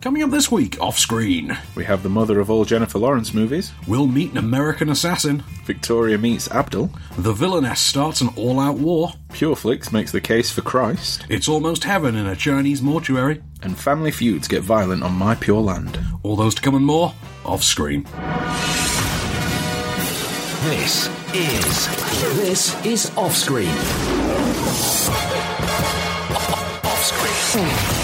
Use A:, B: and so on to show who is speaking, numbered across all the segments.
A: Coming up this week, off screen,
B: We have the mother of all Jennifer Lawrence movies.
A: we'll meet an American assassin,
B: Victoria meets Abdul.
A: the villainess starts an all out war,
B: Pureflix makes the case for Christ.
A: it's almost heaven in a Chinese mortuary.
B: And family feuds get violent on My Pure Land.
A: All those to come and more, off screen.
C: This is this is off screen. Off screen. Off screen. Off screen.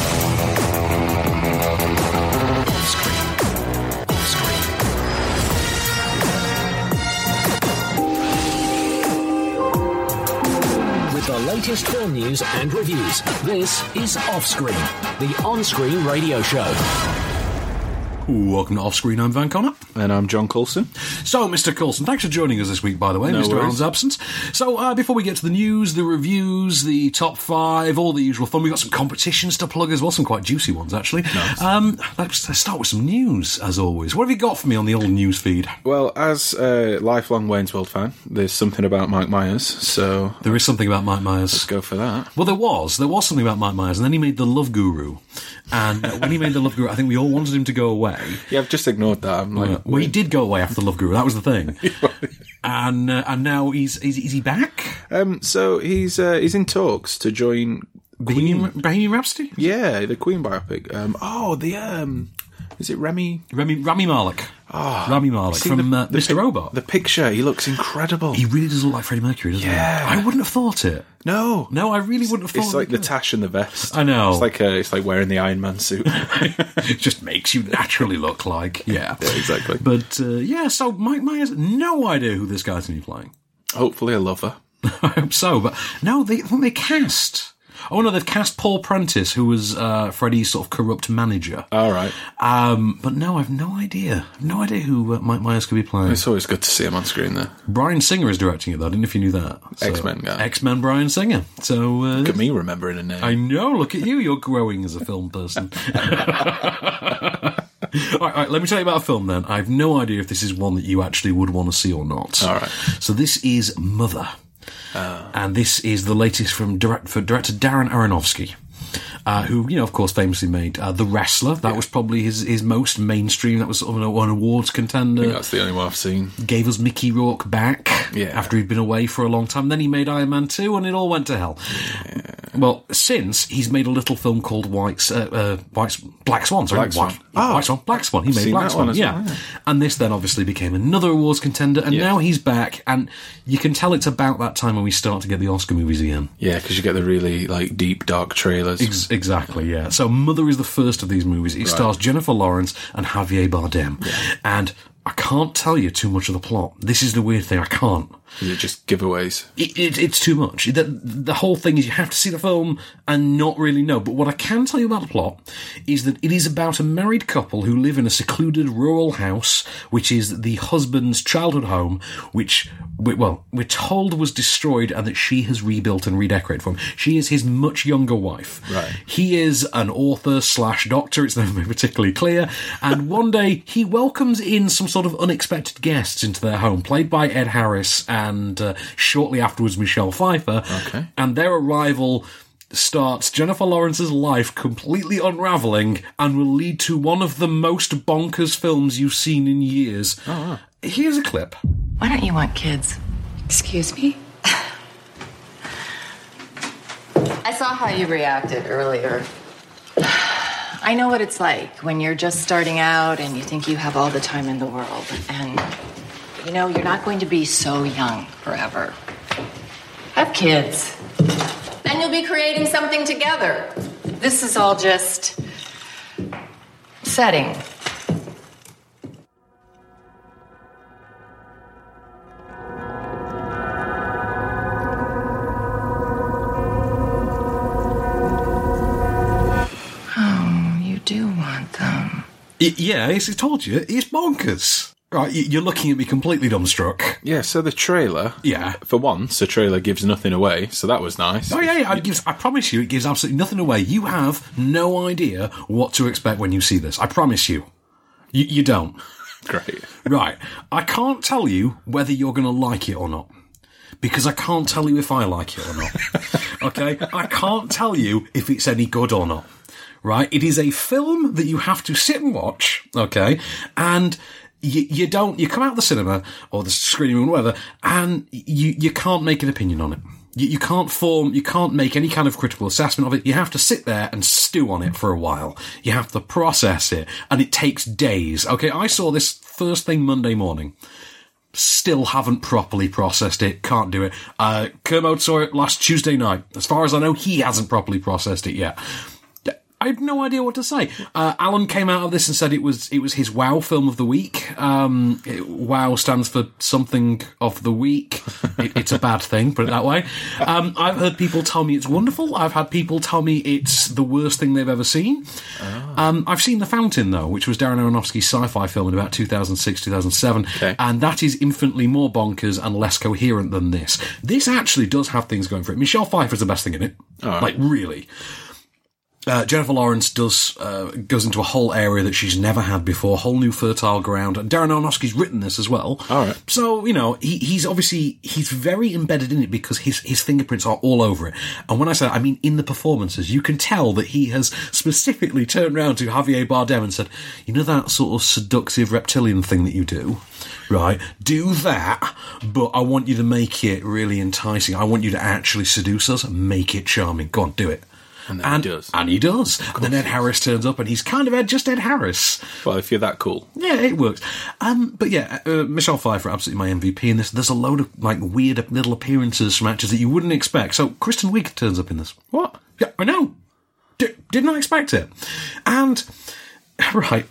C: With the latest film news and reviews, this is off screen, the on-screen radio show.
A: Welcome to Off Screen, I'm Van Connor.
B: And I'm John Coulson.
A: So, Mr. Coulson, thanks for joining us this week, by the way,
B: No
A: Mr.
B: worries.
A: Allen's absence. So, uh, before we get to the news, the reviews, the top five, all the usual fun, we've got some competitions to plug as well, some quite juicy ones, actually. Um, let's, let's start with some news, as always. What have you got for me on the old news feed?
B: Well, as a lifelong Wayne's World fan, there's something about Mike Myers, so
A: There is something about Mike Myers.
B: let's go for that.
A: Well, there was. There was something about Mike Myers, and then he made The Love Guru. And uh, when he made The Love Guru, I think we all wanted him to go away.
B: Yeah, I've just ignored that. I'm like,
A: Well, he did go away after The Love Guru. That was the thing. And uh, and now he's is, is he back?
B: um, so he's uh, he's in talks to join
A: Bohemian, Bohemian Rhapsody.
B: yeah the Queen biopic. Um, oh, the um, is it Remy?
A: Rami, Rami Malek. Rami Malek
B: Ah, See
A: from
B: the-
A: uh,
B: the
A: Mr.
B: pic-
A: Robot.
B: The picture, he looks incredible.
A: he really does look like Freddie Mercury, doesn't
B: Yeah.
A: he? I wouldn't have thought it.
B: no,
A: No, I really wouldn't have thought
B: It's like
A: it.
B: the tash and the vest.
A: I know.
B: It's like a, it's like wearing the Iron Man suit.
A: it just makes you naturally look like, yeah.
B: exactly.
A: But uh, yeah, so Mike Myers, no idea who this guy's going to be playing.
B: Hopefully a lover.
A: I hope so. But no, they I think they cast. Oh no, they've cast Paul Prentice, who was uh, Freddie's sort of corrupt manager.
B: All right.
A: Um, but no, I've no idea. I've no idea who uh, Mike Myers could be playing.
B: It's always good to see him on screen there.
A: Brian Singer is directing it, though. I don't know if you knew that.
B: X-Men guy.
A: X Men Brian Singer. So uh,
B: uh, Look at me remembering a name.
A: I know. Look at you. You're growing as a film person. all, right, all right, let me tell you about a film then. I have no idea if this is one that you actually would want to see or not.
B: All right. Ah.
A: So this is Mother, and this is the latest from direct, for director Darren Aronofsky. Uh, who you know, of course, famously made uh, the Wrestler. That was probably his, his most mainstream. That was sort of an, an awards contender
B: That's the only one I've seen.
A: gave us Mickey Rourke back
B: Yeah.
A: after he'd been away for a long time. Then he made Iron Man 2 and it all went to hell. Well, since he's made a little film called White's, uh, uh, White's Black Swan. Sorry,
B: Black Swan. Oh.
A: White, White Swan. Black Swan. He made
B: seen
A: Black
B: that
A: Swan.
B: one as
A: yeah.
B: well, yeah.
A: And this then obviously became another awards contender. And now he's back. And you can tell it's about that time when we start to get the Oscar movies again.
B: Yeah, because you get the really like deep dark trailers.
A: Ex- exactly, yeah. So Mother is the first of these movies. It stars Jennifer Lawrence and Javier Bardem. And I can't tell you too much of the plot. This is the weird thing. I can't.
B: Is it just giveaways?
A: it, it, it's too much. The, the whole thing is you have to see the film and not really know. But what I can tell you about the plot is that it is about a married couple who live in a secluded rural house, which is the husband's childhood home, which, we, well, we're told was destroyed and that she has rebuilt and redecorated for him. She is his much younger wife.
B: Right.
A: He is an author slash doctor. It's never been particularly clear. And one day he welcomes in some sort of unexpected guests into their home, played by Ed Harris and uh, shortly afterwards Michelle Pfeiffer.
B: Okay.
A: And their arrival starts Jennifer Lawrence's life completely unraveling and will lead to one of the most bonkers films you've seen in years. Here's a clip.
D: Why don't you want kids?
E: Excuse me?
D: I saw how you reacted earlier. I know what it's like when you're just starting out and you think you have all the time in the world. And, you know, you're not going to be so young forever. Have kids. And you'll be creating something together. This is all just setting. Oh, you do want them.
A: Y- yeah, it's, I told you, it's bonkers. Right, y- you're looking at me completely dumbstruck.
B: Yeah. So the trailer.
A: Yeah.
B: For once, the trailer gives nothing away, so that was nice.
A: Oh yeah, yeah. It gives, I promise you, it gives absolutely nothing away. You have no idea what to expect when you see this. I promise you, you, you don't.
B: Great.
A: Right. I can't tell you whether you're going to like it or not. Because I can't tell you if I like it or not. okay? I can't tell you if it's any good or not. right? It is a film that you have to sit and watch, okay? And you, you don't, you come out of the cinema or the screening room, whatever, and you, you can't make an opinion on it. You, you can't form, you can't make any kind of critical assessment of it. You have to sit there and stew on it for a while. You have to process it, and it takes days. Okay, I saw this first thing Monday morning still haven't properly processed it. Can't do it. Uh, Kermode saw it last Tuesday night. As far as I know, he hasn't properly processed it yet. I have no idea what to say. Uh, Alan came out of this and said it was it was his Wow film of the week. Um, it- wow stands for something of the week. It, it's a bad thing, put it that way. Um, I've heard people tell me it's wonderful. I've had people tell me it's the worst thing they've ever seen. Um, I've seen The Fountain though, which was Darren Aronofsky's sci-fi film in about 2006, 2007,
B: Okay.
A: and that is infinitely more bonkers and less coherent than this. This actually does have things going for it. Michelle Pfeiffer's the best thing in it. Like really. Uh, Jennifer Lawrence does uh, goes into a whole area that she's never had before, whole new fertile ground. And Darren Aronofsky's written this as well.
B: All right.
A: So you know he, he's obviously he's very embedded in it because his his fingerprints are all over it. And when I say that, I mean in the performances, you can tell that he has specifically turned round to Javier Bardem and said, "You know that sort of seductive reptilian thing that you do, right? Do that, but I want you to make it really enticing. I want you to actually seduce us. Make it charming. Go on, do it." And,
B: then he does.
A: And he does. And then Ed Harris turns up and he's kind of Ed, just Ed Harris.
B: Well, if you're that cool.
A: Yeah, it works. Um, but yeah, uh, Michelle Pfeiffer, absolutely my MVP in this. There's a load of like weird little appearances from actors that you wouldn't expect. So Kristen Wiig turns up in this. What? Yeah, I know. D- did not expect it. And right,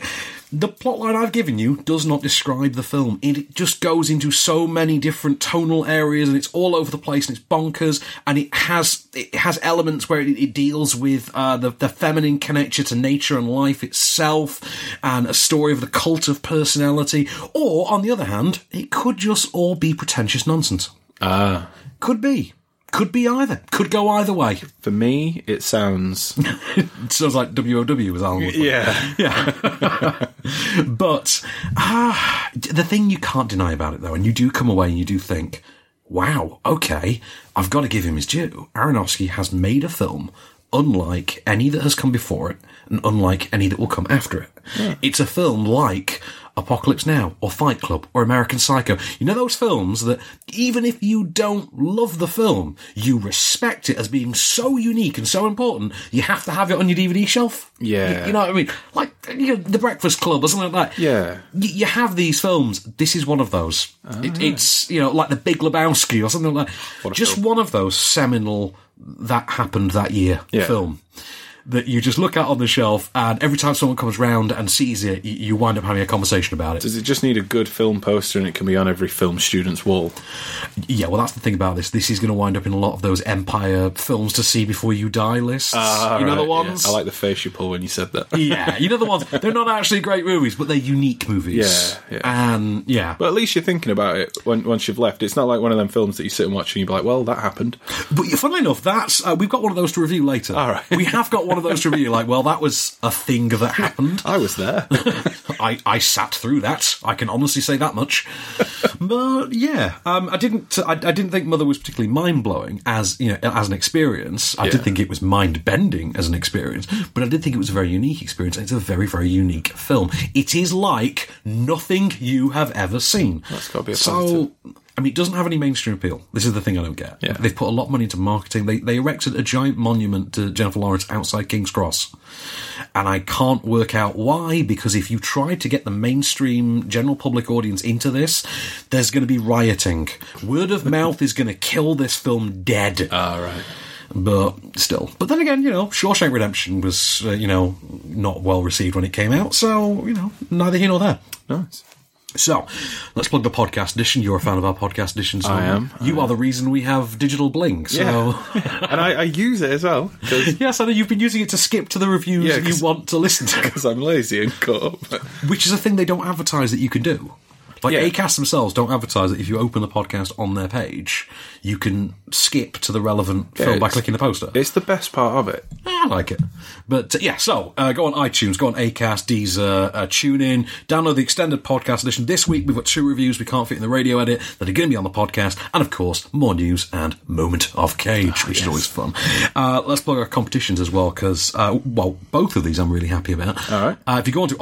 A: the plotline I've given you does not describe the film. It just goes into so many different tonal areas, and it's all over the place, and it's bonkers. And it has it has elements where it, it deals with uh, the the feminine connection to nature and life itself, and a story of the cult of personality. Or on the other hand, it could just all be pretentious nonsense.
B: Ah.
A: Could be. Could be either. Could go either way.
B: For me, it sounds.
A: It sounds like WOW was Alan Woodward.
B: yeah.
A: But ah, the thing you can't deny about it, though, and you do come away and you do think, wow, okay, I've got to give him his due. Aronofsky has made a film unlike any that has come before it and unlike any that will come after it. It's a film like Apocalypse Now or Fight Club or American Psycho. You know those films that even if you don't love the film, you respect it as being so unique and so important, you have to have it on your DVD shelf.
B: Yeah.
A: You- you know what I mean? Like you know, the Breakfast Club or something like that.
B: Yeah. Ah.
A: Y- you have these films. This is one of those. It, it's you know like the Big Lebowski or something like that. Just one of those seminal that happened that year
B: Yeah.
A: film that you just look at on the shelf, and every time someone comes round and sees it, you, you wind up having a conversation about it.
B: Does it just need a good film poster and it can be on every film student's wall?
A: Yeah, well, that's the thing about this. This is going to wind up in a lot of those Empire films to see before you die lists. you know the
B: Alright, Ah, yeah.
A: ones.
B: I like the face you pull when you said that.
A: yeah, you know the ones. They're not actually great movies, but they're unique movies.
B: Yeah,
A: And yeah.
B: But at least you're thinking about it when, once you've left. It's not like one of them films that you sit and watch and you're like, well, that happened.
A: But funnily enough, that's uh, we've got one of those to review later.
B: All right.
A: we have got one of those to review. Like, well, that was a thing that happened.
B: I was there.
A: I, I sat through that. I can honestly say that much. but yeah, um, I didn't. I, I didn't think Mother was particularly mind blowing as you know as an experience. I
B: Yeah.
A: did think it was mind bending as an experience, but I did think it was a very unique experience. and It's a very very unique film. It is like nothing you have ever seen.
B: That's gotta be a
A: so. I mean, it doesn't have any mainstream appeal. This is the thing I don't get.
B: Yeah.
A: They've put a lot of money into marketing. They, they erected a giant monument to Jennifer Lawrence outside King's Cross. And I can't work out why, because if you try to get the mainstream general public audience into this, there's going to be rioting. Word of mouth is going to kill this film dead.
B: All Ah, right.
A: But still. But then again, you know, Shawshank Redemption was, uh, you know, not well received when it came out. So, you know, neither here nor there.
B: Nice.
A: So, let's plug the podcast edition. You're a fan of our podcast edition. So
B: I am.
A: You are the reason we have digital bling. So,
B: and I, I use it as well because
A: yes, I know you've been using it to skip to the reviews
B: Yeah,
A: that you
B: 'cause-
A: want to listen to,
B: I'm lazy and caught up.
A: which is a thing they don't advertise that you can do. Like
B: Yeah.
A: ACAST themselves don't advertise it. If you open the podcast on their page, you can skip to the relevant film by
B: it's-
A: clicking the poster.
B: It's the best part of it.
A: Eh, I like it. But uh, yeah, so uh, go on iTunes, go on Acast, Deezer, uh, tune in, download the extended podcast edition. This week we've got two reviews we can't fit in the radio edit that are going to be on the podcast, and of course more news and moment of cage, which is always fun. Uh, let's plug our competitions as well because uh, well both of these I'm really happy about. All
B: right.
A: Uh, if you go onto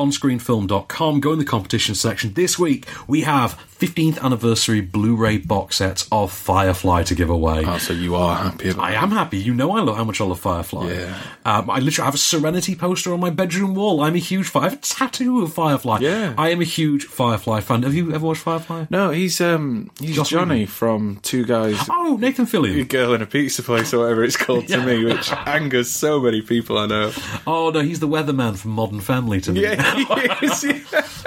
A: onscreenfilm.com, go in the competition section. This week we have 15th anniversary Blu-ray box sets of Firefly to give away.
B: Oh, so you are happy about
A: I am happy. You know I love how much I love Firefly.
B: Yeah.
A: Um, I literally have a Serenity poster on my bedroom wall. I'm a huge Firefly. I have a tattoo of Firefly.
B: Yeah.
A: I am a huge Firefly fan. Have you ever watched Firefly?
B: No, he's um he's
A: Joss
B: Johnny from Two Guys
A: Oh, Nathan
B: A
A: Fillion.
B: Girl in a Pizza Place or whatever it's called
A: Yeah.
B: to me, which angers so many people I know.
A: Oh no, he's the weatherman from Modern Family to me.
B: Yeah, he is, yeah.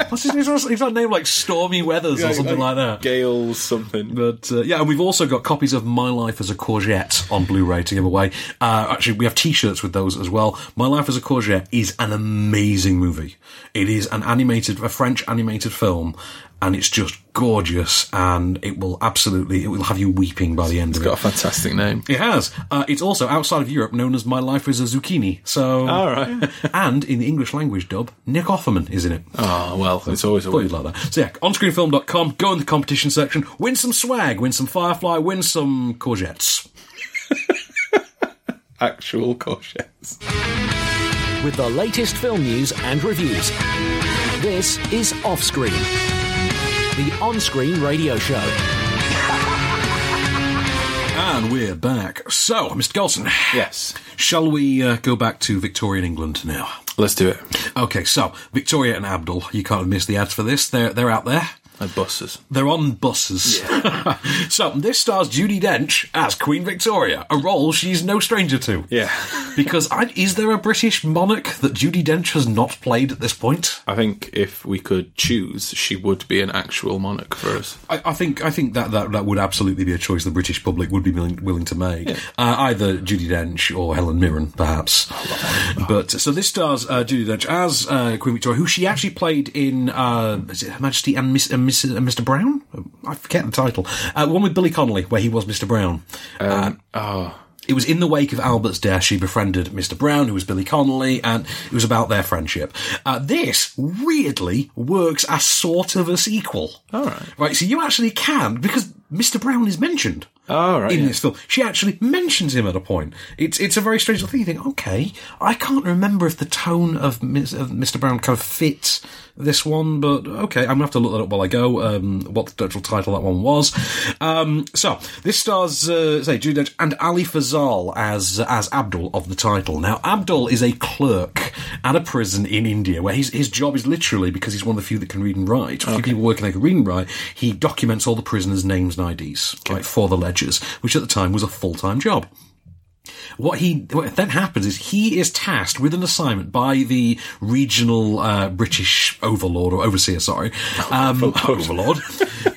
A: What's his name? He's got a name like Stormy Weathers or something like, that.
B: Gale something.
A: But uh, yeah, and we've also got copies of My Life as a Courgette on Blu-ray to give away. Uh, actually, we have T-shirts with those as well. My Life as a Courgette is an amazing movie. It is an animated, a French animated film, and it's just gorgeous. And it will absolutely, it will have you weeping by the end of
B: Got a
A: it.
B: fantastic name.
A: It has. Uh, it's also outside of Europe known as My Life as a Zucchini. So,
B: All right.
A: and in the English language dub, Nick Offerman is in it.
B: Oh, well, it's always a
A: Thought
B: win.
A: you'd like that. So yeah, onscreenfilm.com, go in the competition section, win some swag, win some Firefly, win some courgettes.
B: Actual courgettes.
C: with the latest film news and reviews. This is Offscreen, the on screen radio show.
A: And we're back. So, Mr. Golson.
B: Yes.
A: Shall we uh, go back to Victorian England now?
B: Let's do it.
A: Okay, so Victoria and Abdul, you can't miss the ads for this. They're they're out there.
B: And buses.
A: They're on buses. so this stars Judy Dench as Queen Victoria, a role she's no stranger to.
B: Yeah.
A: Because I, is there a British monarch that Judy Dench has not played at this point?
B: I think if we could choose, she would be an actual monarch for us.
A: I, I think I think that, that that would absolutely be a choice the British public would be willing, willing to make. Uh, either Judy Dench or Helen Mirren, perhaps. But so this stars uh, Judy Dench as uh, Queen Victoria, who she actually played in uh, is it Her Majesty and Miss and Miss, and Mr Brown. I forget the title. Uh, one with Billy Connolly, where he was Mr Brown.
B: Oh,
A: It was in the wake of Albert's death she befriended Mr. Brown, who was Billy Connolly, and it was about their friendship. Uh, this weirdly works as sort of a sequel. All right, right. So you actually can because Mr. Brown is mentioned.
B: All right,
A: in
B: yeah.
A: this film, she actually mentions him at a point. It's it's a very strange little thing. You think, okay, I can't remember if the tone of, Ms, of Mr. Brown kind of fits this one, but okay, I'm gonna have to look that up while I go. Um, what the actual title that one was? Um, so this stars uh, say Judy Dench and Ali Fazal as as Abdul of the title. Now Abdul is a clerk at a prison in India where his his job is literally because he's one of the few that can read and write. A few people working there can read and write. He documents all the prisoners' names and IDs right, for the ledgers, which at the time was a full time job what he what then happens is he is tasked with an assignment by the regional uh, British overlord or overseer, sorry, um, overlord,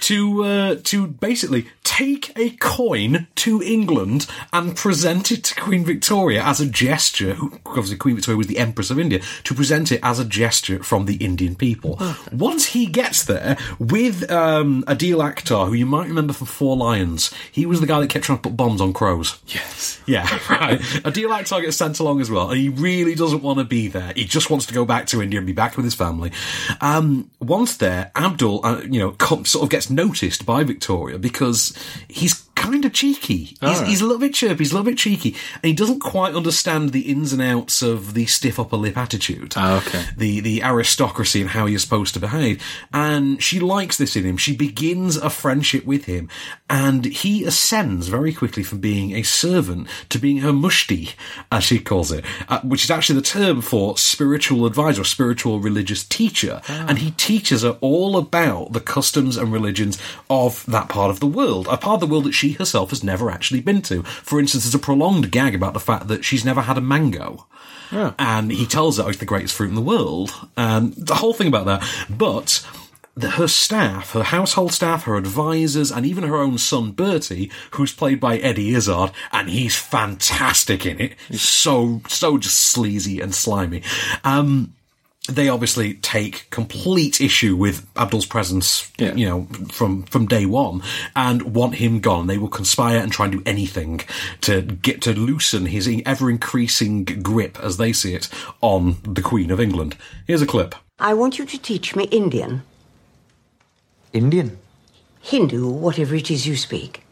A: to uh, to basically take a coin to England and present it to Queen Victoria as a gesture. Who obviously Queen Victoria was the Empress of India to present it as a gesture from the Indian people. Once he gets there with um, Adil Akhtar, who you might remember from Four Lions, he was the guy that kept trying to put bombs on crows.
B: yes.
A: Yeah, right. A deal like Target sent along as well, and he really doesn't want to be there. He just wants to go back to India and be back with his family. Um, once there, Abdul, uh, you know, com- sort of gets noticed by Victoria because he's kind of cheeky. He's, he's a little bit chirpy, he's a little bit cheeky, and he doesn't quite understand the ins and outs of the stiff upper lip attitude
B: Ah, okay.
A: the the aristocracy and how you're supposed to behave. And she likes this in him. She begins a friendship with him, and he ascends very quickly from being a servant to being her mushti, as she calls it, uh, which is actually the term for spiritual advisor, spiritual religious teacher. And he teaches her all about the customs and religions of that part of the world, a part of the world that she herself has never actually been to. For instance, there's a prolonged gag about the fact that she's never had a mango. And he tells her "Oh, it's the greatest fruit in the world. And the whole thing about that. But the, her staff, her household staff, her advisors, and even her own son Bertie, who's played by Eddie Izzard, and he's fantastic in it. So, so just sleazy and slimy. Um, they obviously take complete issue with Abdul's presence,
B: Yeah.
A: you know, from from day one, and want him gone. They will conspire and try and do anything to get to loosen his ever increasing grip, as they see it, on the Queen of England. Here's a clip.
E: I want you to teach me Indian,
F: Indian?
E: Hindu, or whatever it is you speak.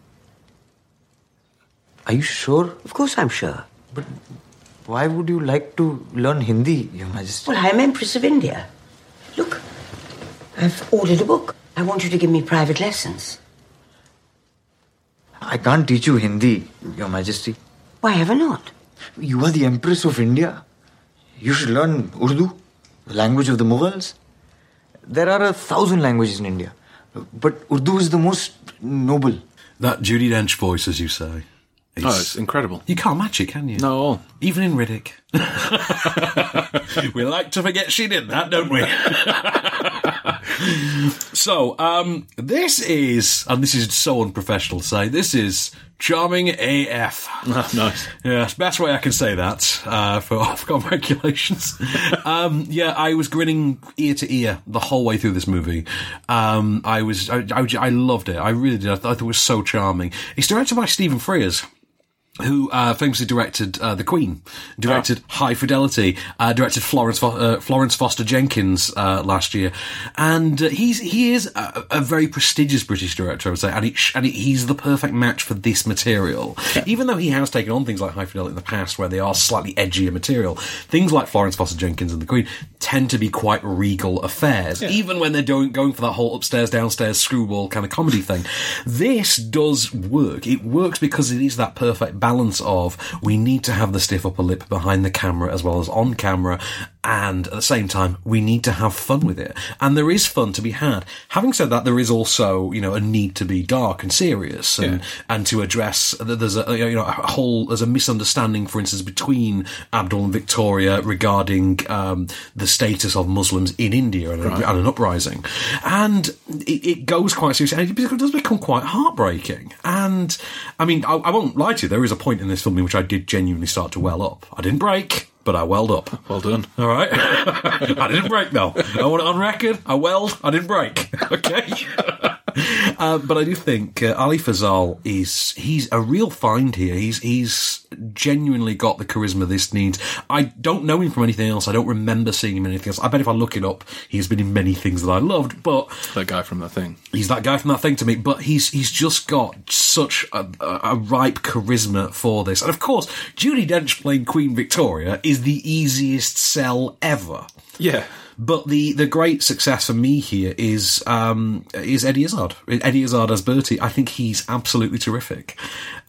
F: Are you sure?
E: Of course, I'm sure.
F: Why would you like to learn Hindi, Your Majesty?
E: Well, I am Empress of India. Look, I've ordered a book. I want you to give me private lessons.
F: I can't teach you Hindi, Your Majesty.
E: Why have I not?
F: You are the Empress of India. You should learn Urdu, the language of the Mughals. There are a thousand languages in India, but Urdu is the most noble.
A: That Judy Dench voice, as you say. is-
B: Oh, it's incredible.
A: you can't match it, can you?
B: Not at all.
A: Even in Riddick. we like to forget she did that, don't we? so, um, this is, and this is so unprofessional to say, this is charming AF.
B: Ah, nice.
A: Yeah, it's the best way I can say that uh, for Ofcom regulations. um, yeah, I was grinning ear to ear the whole way through this movie. Um, I was, I, I, I loved it. I really did. I, thought it was so charming. It's directed by Stephen Frears. Who uh, famously directed uh, The Queen, directed High Fidelity, uh, directed Florence Fo- uh, Florence Foster Jenkins uh, last year, and uh, he's he is a, a very prestigious British director, I would say, and it, sh- and it, he's the perfect match for this material. Even though he has taken on things like High Fidelity in the past, where they are slightly edgier material, things like Florence Foster Jenkins and The Queen tend to be quite regal affairs, even when they're doing, going for that whole upstairs downstairs screwball kind of comedy thing. This does work. It works because it is that perfect balance of we need to have the stiff upper lip behind the camera as well as on camera, and at the same time we need to have fun with it. And there is fun to be had. Having said that, there is also you know a need to be dark and serious and and to address there's a you know a whole there's a misunderstanding, for instance, between Abdul and Victoria regarding um, the status of Muslims in India and, a- and an uprising. And it, it goes quite seriously. And it does become quite heartbreaking. And I mean, I, I won't lie to you, there is a point in this film in which I did genuinely start to well up. I didn't break, but I welled up.
B: Well done.
A: All right. I didn't break though. I want it on record. I weld. I didn't break. Okay. Uh, but I do think uh, Ali Fazal is he's a real find here. He's he's genuinely got the charisma this needs. I don't know him from anything else. I don't remember seeing him in anything else. I bet if I look it up, he's been in many things that I loved. But
B: That guy from that thing.
A: he's that guy from that thing to me, but he's he's just got such a, a a ripe charisma for this. And of course, Judy Dench playing Queen Victoria is the easiest sell ever.
B: Yeah.
A: But the, the great success for me here is um, is Eddie Izzard. Eddie Izzard as Bertie. I think he's absolutely terrific,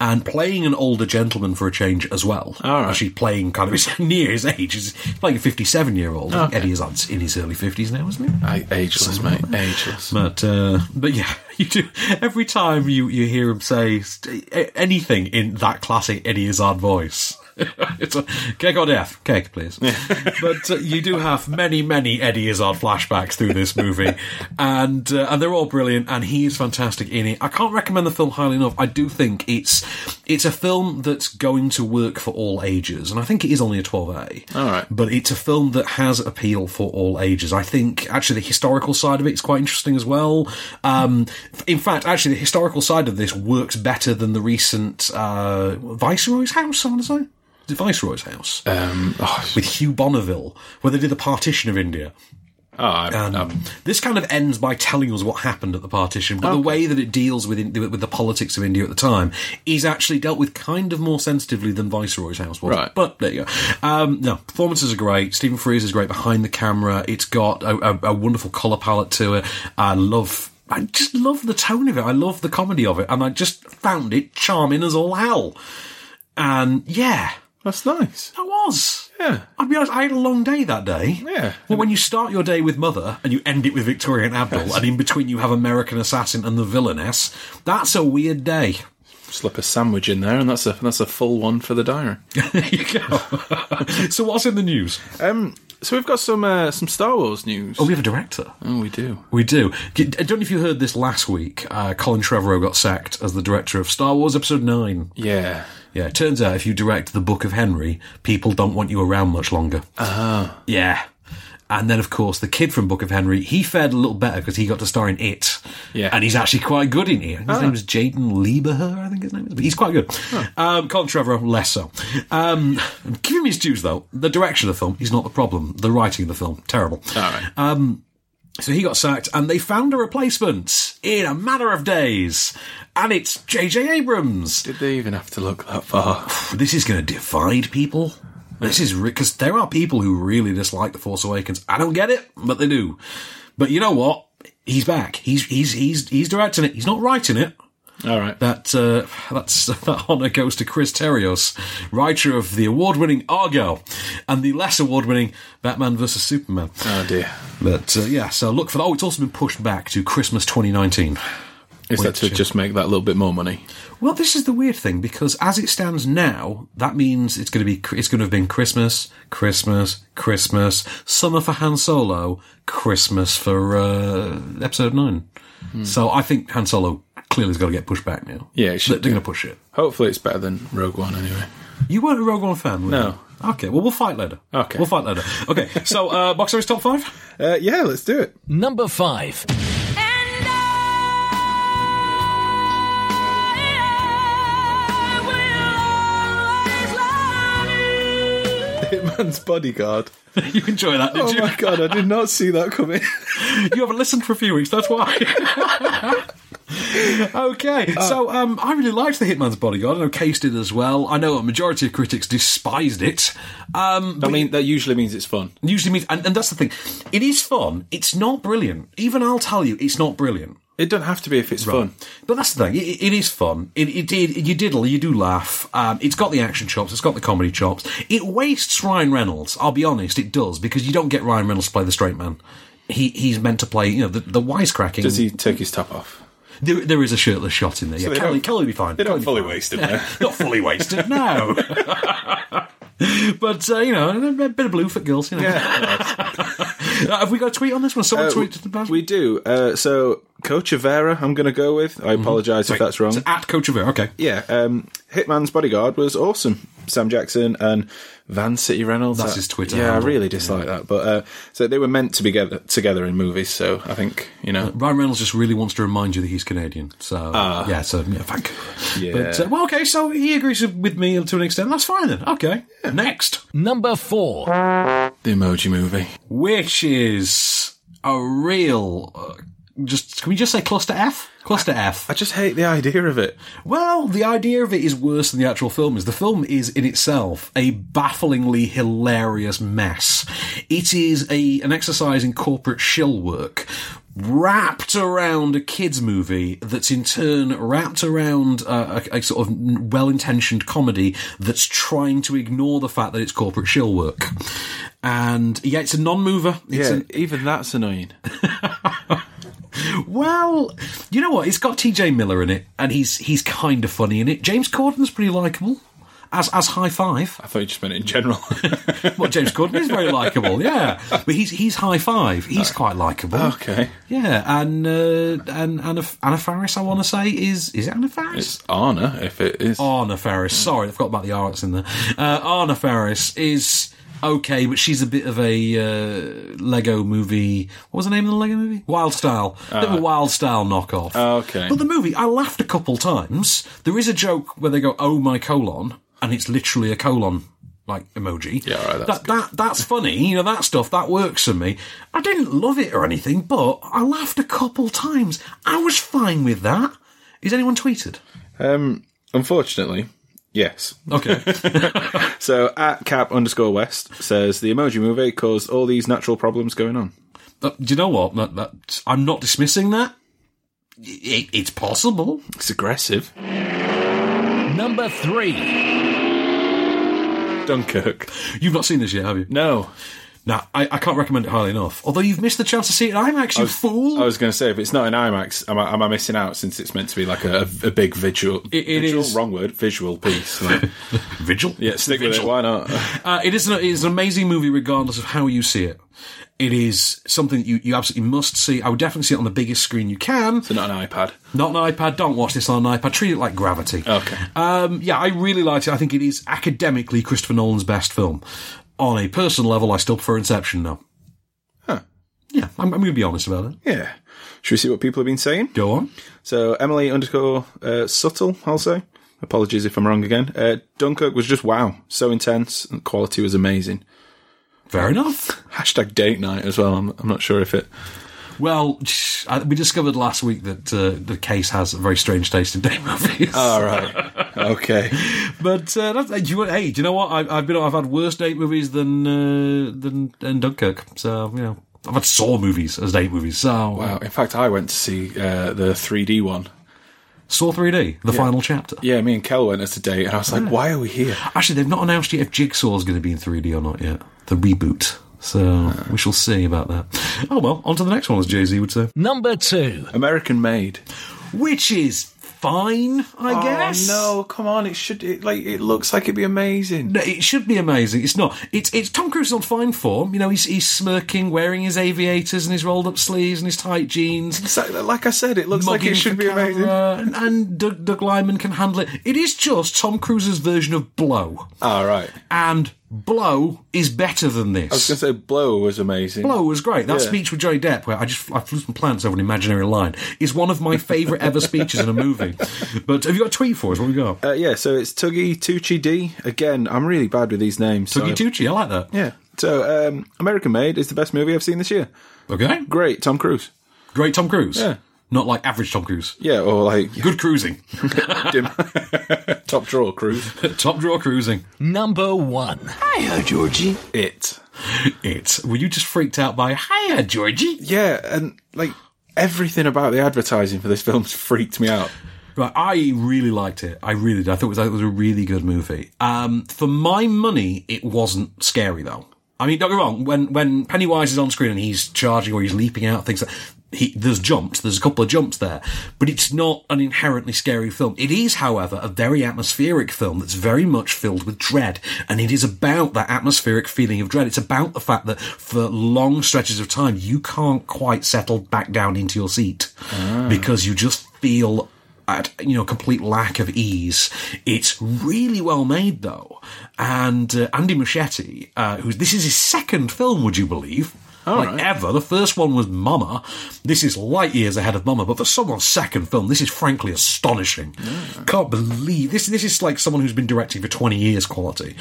A: and playing an older gentleman for a change as well.
B: All right.
A: Actually, playing kind of he's near his age. He's playing a fifty-seven year old. Eddie Izzard's in his early fifties now, isn't he?
B: I, ageless, mate. Ageless.
A: But uh, but yeah, you do every time you, you hear him say st- a- anything in that classic Eddie Izzard voice. it's a cake or death, cake, please. but uh, you do have many many Eddie Izzard flashbacks through this movie, and uh, and they're all brilliant. And he is fantastic in it. I can't recommend the film highly enough. I do think it's it's a film that's going to work for all ages, and I think it is only a twelve A.
B: All right.
A: But it's a film that has appeal for all ages. I think actually the historical side of it is quite interesting as well. Um, in fact, actually the historical side of this works better than the recent uh, Viceroy's House. I want to say the Viceroy's House
B: Um, oh,
A: with Hugh Bonneville, where they did the partition of India.
B: oh, I, um,
A: This kind of ends by telling us what happened at the partition, but the way that it deals with in, with the politics of India at the time is actually dealt with kind of more sensitively than Viceroy's House was.
B: Right.
A: But there you go. Um, no, performances are great. Stephen Frears is great behind the camera. It's got a, a, a wonderful colour palette to it. I love. I just love the tone of it. I love the comedy of it, and I just found it charming as all hell. And yeah,
B: that's nice.
A: I was.
B: Yeah.
A: I'll be honest, I had a long day that day.
B: Yeah.
A: Well, when you start your day with Mother and you end it with Victoria and Abdul, and in between you have American Assassin and the Villainess, that's a weird day.
B: Slip a sandwich in there, and that's a that's a full one for the diary.
A: there you go. so, what's in the news?
B: So we've got some uh, some Star Wars news.
A: Oh, we have a director.
B: Oh, we do.
A: We do. I don't know if you heard this last week. Uh, Colin Trevorrow got sacked as the director of Star Wars Episode 9.
B: Yeah.
A: Yeah, it turns out if you direct The Book of Henry, people don't want you around much longer. Ah. Yeah. And then, of course, the kid from Book of Henry, he fared a little better because he got to star in It.
B: Yeah.
A: And he's actually quite good in it. His name is Jaden Lieberher, I think his name is. But he's quite good. Um, Colin Trevorrow, less so. Um, give him his dues, though. The direction of the film is not the problem. The writing of the film, terrible.
B: All right.
A: So he got sacked, and they found a replacement in a matter of days. And it's J.J. Abrams.
B: Did they even have to look that far?
A: This is going to divide people. This is because there are people who really dislike The Force Awakens. I don't get it, but they do. But you know what? He's back. He's he's he's he's directing it. He's not writing it.
B: All right.
A: That uh, that's that honor goes to Chris Terrios, writer of the award-winning Argo, and the less award-winning Batman vs Superman.
B: oh dear.
A: But uh, yeah, so look for that. Oh, it's also been pushed back to Christmas 2019.
B: Is that to
A: Which-
B: just make that little bit more money?
A: Well, this is the weird thing because as it stands now, that means it's going to be it's going to have been Christmas, Christmas, Christmas, summer for Han Solo, Christmas for uh, Episode Nine. So I think Han Solo clearly has got to get pushed back now.
B: Hmm. Yeah, it should
A: they're going to push it.
B: Hopefully, it's better than Rogue One anyway.
A: You weren't a Rogue One fan, were
B: No.
A: you? Okay, well we'll fight later.
B: Okay.
A: we'll fight later. Okay, so uh, box office top five.
B: Uh, yeah, let's do it.
C: Number 5.
B: Hitman's Bodyguard.
A: you enjoy that, did
B: Oh
A: you?
B: my god, I did not see that coming.
A: you haven't listened for a few weeks, that's why. okay, so um, I really liked The Hitman's Bodyguard. I know Case did as well. I know a majority of critics despised it. Um,
B: I mean, that usually means it's fun.
A: usually means, and, and that's the thing, it is fun. It's not brilliant. Even I'll tell you, it's not brilliant.
B: It doesn't have to be if it's fun.
A: But that's the thing. It, it is fun. It, it, it you diddle, you do laugh. Um, it's got the action chops. It's got the comedy chops. It wastes Ryan Reynolds. I'll be honest, it does because you don't get Ryan Reynolds to play the straight man. He he's meant to play you know the, the wisecracking.
B: Does he take his top off?
A: There, there is a shirtless shot in there. yeah,
B: they
A: Kelly,
B: don't-
A: Kelly will be fine.
B: They don't
A: Kelly
B: fully
A: will be
B: waste him there.
A: fine. Not fully wasted, no. but uh, you know, a bit of blue for girls. You know. Uh, have we got a tweet on this one? Someone
B: Uh,
A: tweeted about
B: we do. Uh, so, Coach Avera, I'm going to go with. I apologise if that's wrong.
A: It's at Coach Avera. Okay.
B: yeah, um, Hitman's Bodyguard was awesome. Sam Jackson and Van City Reynolds.
A: That's
B: I-
A: his Twitter
B: Yeah,
A: handle.
B: I really dislike that. But uh, so they were meant to be together, together in movies. So I think you know.
A: Ryan Reynolds just really wants to remind you that he's Canadian. So yeah, so yeah, thank you.
B: Ah. Yeah.
A: But uh, well, okay, so he agrees with me to an extent. That's fine then. Okay, next,
C: Number 4.
B: The Emoji Movie.
A: which is a real. Uh, just can we just say cluster F? Cluster F.
B: I just hate the idea of it.
A: Well, the idea of it is worse than the actual film is. The film is in itself a bafflingly hilarious mess. It is a an exercise in corporate shill work wrapped around a kids movie that's in turn wrapped around uh, a, a sort of well-intentioned comedy that's trying to ignore the fact that it's corporate shill work. And yeah, it's a non-mover. It's
B: Yeah,
A: an-
B: even that's annoying.
A: well, you know what? It's got T.J. Miller in it, and he's he's kind of funny in it. James Corden's pretty likable. As, as high five,
B: I thought you just meant it in general.
A: well, James Corden is very likable, yeah. But he's he's high five, he's quite likable,
B: okay.
A: yeah. And uh, and Anna, Anna Faris, I want to say is is it Anna Faris?
B: It's Arna, if it is.
A: Arna Ferris. Sorry, I forgot about the arts in there. Uh, Arna Ferris is okay, but she's a bit of a uh, Lego movie. What was the name of the Lego movie? Wild Style. bit of a Wild Style knockoff.
B: Uh, Okay.
A: But the movie, I laughed a couple times. There is a joke where they go, "Oh my colon," and it's literally a colon. Like emoji,
B: Yeah, all right, that's
A: that, that that's funny. You know that stuff that works for me. I didn't love it or anything, but I laughed a couple times. I was fine with that. Is anyone tweeted?
B: Um, unfortunately, yes.
A: Okay,
B: So at cap underscore west says the emoji movie caused all these natural problems going on.
A: Uh, do you know what? That, that, I'm not dismissing that. It, it's possible.
B: It's aggressive.
C: Number 3.
B: Dunkirk.
A: You've not seen this yet, have you?
B: No,
A: Now, I, I can't recommend it highly enough. Although you've missed the chance to see it in IMAX, you fool.
B: I was going to say if it's not in IMAX, am I, am I missing out? Since it's meant to be like a, a big visual,
A: It- it
B: visual
A: is.
B: wrong word, visual piece. Like,
A: Vigil.
B: yeah, stick with it.
A: Vigil.
B: Why not?
A: Uh, it is an, it is an amazing movie, regardless of how you see it. It is something that you, you absolutely must see. I would definitely see it on the biggest screen you can.
B: So not an iPad.
A: Not an iPad. Don't watch this on an iPad. Treat it like Gravity.
B: Okay.
A: Um, yeah, I really liked it. I think it is academically Christopher Nolan's best film. On a personal level, I still prefer Inception now. I'm, I'm going to be honest about it.
B: Yeah. Should we see what people have been saying?
A: Go on.
B: So Emily underscore uh, subtle, I'll say. Apologies if I'm wrong again. Uh, Dunkirk was just wow, so intense, and the quality was amazing.
A: Fair enough.
B: Hashtag date night as well. I'm, I'm not sure if it.
A: Well, I- we discovered last week that uh, the case has a very strange taste in day movies.
B: All right. okay.
A: But uh, that's, do you, want- hey, do you know what? I, I've been I've had worse date movies than uh, than, than Dunkirk. So you know, I've had Saw movies as date movies. So uh,
B: Wow. In fact, I went to see uh, the 3D one.
A: Saw 3D, the final chapter.
B: Yeah, me and Kel went as a date, and I was like, why are we here?
A: Actually, they've not announced yet if Jigsaw's going to be in 3D or not yet. The reboot. So we shall see about that. Oh well, on to the next one, as Jay Z would say,
C: Number two.
B: American Made.
A: which is fine, I guess.
B: Oh, no, come on! It should. It, like it looks like it'd be amazing.
A: No, it should be amazing. It's not. It's it's Tom Cruise is on fine form. You know, he's he's smirking, wearing his aviators and his rolled up sleeves and his tight jeans.
B: It's like- like I said, it looks like
A: mugging
B: it should
A: for
B: be amazing.
A: camera, And, and Doug, Doug Lyman can handle it. It is just Tom Cruise's version of Blow.
B: All right.
A: And Blow is better than this.
B: I was going to say Blow was amazing.
A: Blow Oh, was great. That
B: Yeah.
A: speech with Johnny Depp, where I just I flew some plants over an imaginary line, is one of my favourite ever speeches in a movie. But have you got a tweet for us? What we got?
B: Uh, yeah, so it's Tuggy Tucci D. Again, I'm really bad with these names. so-
A: Dougie Tucci, I like that.
B: Yeah. So, um, American Made is the best movie I've seen this year.
A: Okay,
B: Great, Tom Cruise.
A: great Tom Cruise.
B: Yeah.
A: Not like average Tom Cruise.
B: Yeah, or like
A: Good cruising.
B: dim- top drawer Cruise.
A: Top drawer cruising.
C: Number one.
B: It.
A: It. Were you just freaked out by, hiya, Georgie?
B: Yeah, and like everything about the advertising for this film freaked me out.
A: Right, I really liked it. I really did. I thought it was, it was a really good movie. Um, for my money, it wasn't scary though. I mean, don't get me wrong. When when Pennywise is on screen and he's charging or he's leaping out, things like he, there's jumps. There's a couple of jumps there, but it's not an inherently scary film. It is, however, a very atmospheric film that's very much filled with dread, and it is about that atmospheric feeling of dread. It's about the fact that for long stretches of time you can't quite settle back down into your seat because you just feel at you know complete lack of ease. It's really well made though, and uh, Andy Muschietti, uh, who's this is his second film, would you believe? like ever, the first one was Mama. This is light years ahead of Mama, but for someone's second film, this is frankly astonishing. Can't believe this. This is like someone who's been directing for twenty years quality,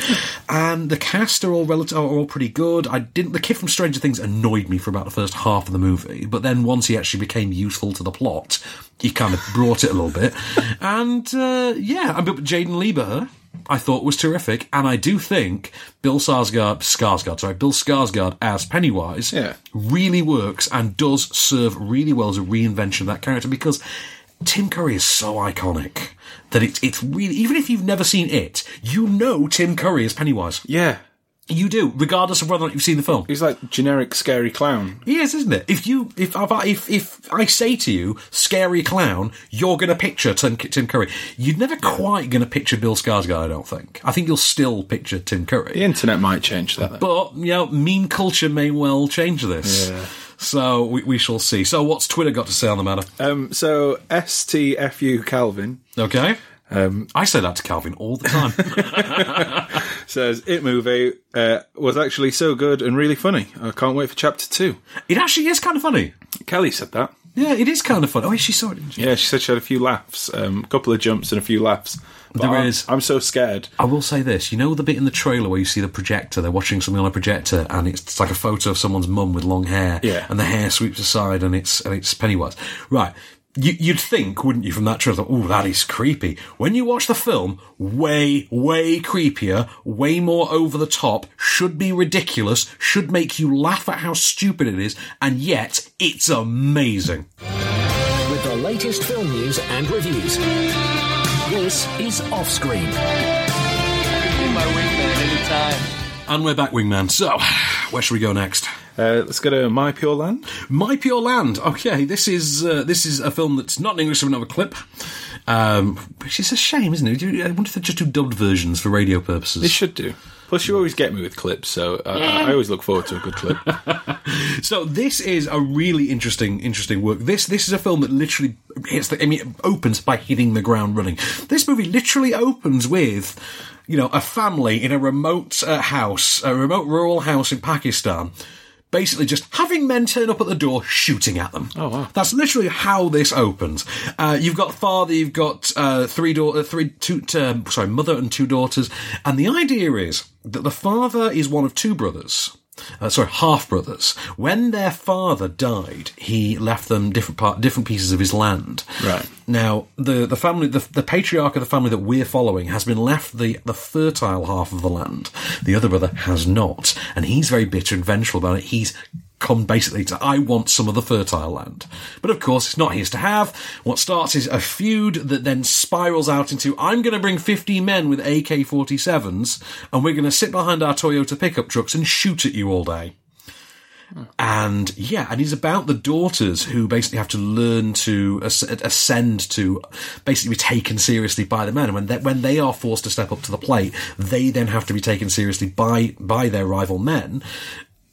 A: and the cast are all relative, are all pretty good. I didn't. The kid from Stranger Things annoyed me for about the first half of the movie, but then once he actually became useful to the plot, he kind of brought it a little bit. And uh, yeah, I mean, Jaden Lieber, I thought was terrific, and I do think Bill Sarsgaard, Skarsgård, sorry, Bill Skarsgård as Pennywise,
B: Yeah.
A: really works and does serve really well as a reinvention of that character because Tim Curry is so iconic that it's it's really even if you've never seen it, you know Tim Curry is Pennywise.
B: Yeah.
A: You do, regardless of whether or not you've seen the film.
B: He's like generic scary clown.
A: He is, isn't it? If you, if if I, if, if I say to you, scary clown, you're going to picture Tim, Tim Curry. You're never quite going to picture Bill Skarsgård, I don't think. I think you'll still picture Tim Curry.
B: The internet might change that.
A: But you know, meme culture may well change this. So we, we shall see. So what's Twitter got to say on the matter?
B: Um, so STFU Calvin
A: Okay. Um, I say that to Calvin all the time.
B: says it movie uh, was actually so good and really funny. I can't wait for chapter two.
A: it actually is kind of funny.
B: Kelly said that.
A: Yeah, it is kind of funny. Oh, yeah, she saw it. Didn't she?
B: Yeah, she said she had a few laughs, um, a couple of jumps and a few laughs. But
A: There
B: I'm,
A: is.
B: I'm so scared.
A: I will say this. You know the bit in the trailer where you see the projector, they're watching something on a projector and it's, it's like a photo of someone's mum with long hair
B: Yeah.
A: and the hair sweeps aside and it's, and it's Pennywise. Right. You, you'd think, wouldn't you, from that trailer, oh, that is creepy. When you watch the film, way, way creepier, way more over the top, should be ridiculous, should make you laugh at how stupid it is, and yet it's amazing.
C: With the latest film news and reviews. This is Offscreen.
A: And we're back, Wingman. So, where should we go next?
B: Uh, let's go to My Pure Land.
A: My Pure Land. Okay, this is uh, this is a film that's not in English. So we another clip, um, which is a shame, isn't it? Do you- I wonder if they just do dubbed versions for radio purposes.
B: It should do. Plus, you always get me with clips, so uh, I, I always look forward to a good clip.
A: So this is a really interesting, interesting work. This this is a film that literally hits the. I mean, it opens by hitting the ground running. This movie literally opens with, you know, a family in a remote uh, house, a remote rural house in Pakistan. basically just having men turn up at the door shooting at them.
B: Oh, wow.
A: That's literally how this opens. Uh, you've got father, you've got uh, three daughter, three two, uh, sorry, mother and two daughters, and the idea is that the father is one of two brothers. Uh, sorry, half brothers. When their father died, he left them different part, different pieces of his land.
B: Right.
A: Now, the, the family, the, the patriarch of the family that we're following has been left the, the fertile half of the land. The other brother has not. And he's very bitter and vengeful about it. He's come basically to, I want some of the fertile land. But of course, it's not his to have. What starts is a feud that then spirals out into, I'm going to bring 50 men with AK 47s and we're going to sit behind our Toyota pickup trucks and shoot at you all day. And yeah, and he's about the daughters who basically have to learn to as- ascend to basically be taken seriously by the men. And when they, when they are forced to step up to the plate, they then have to be taken seriously by, by their rival men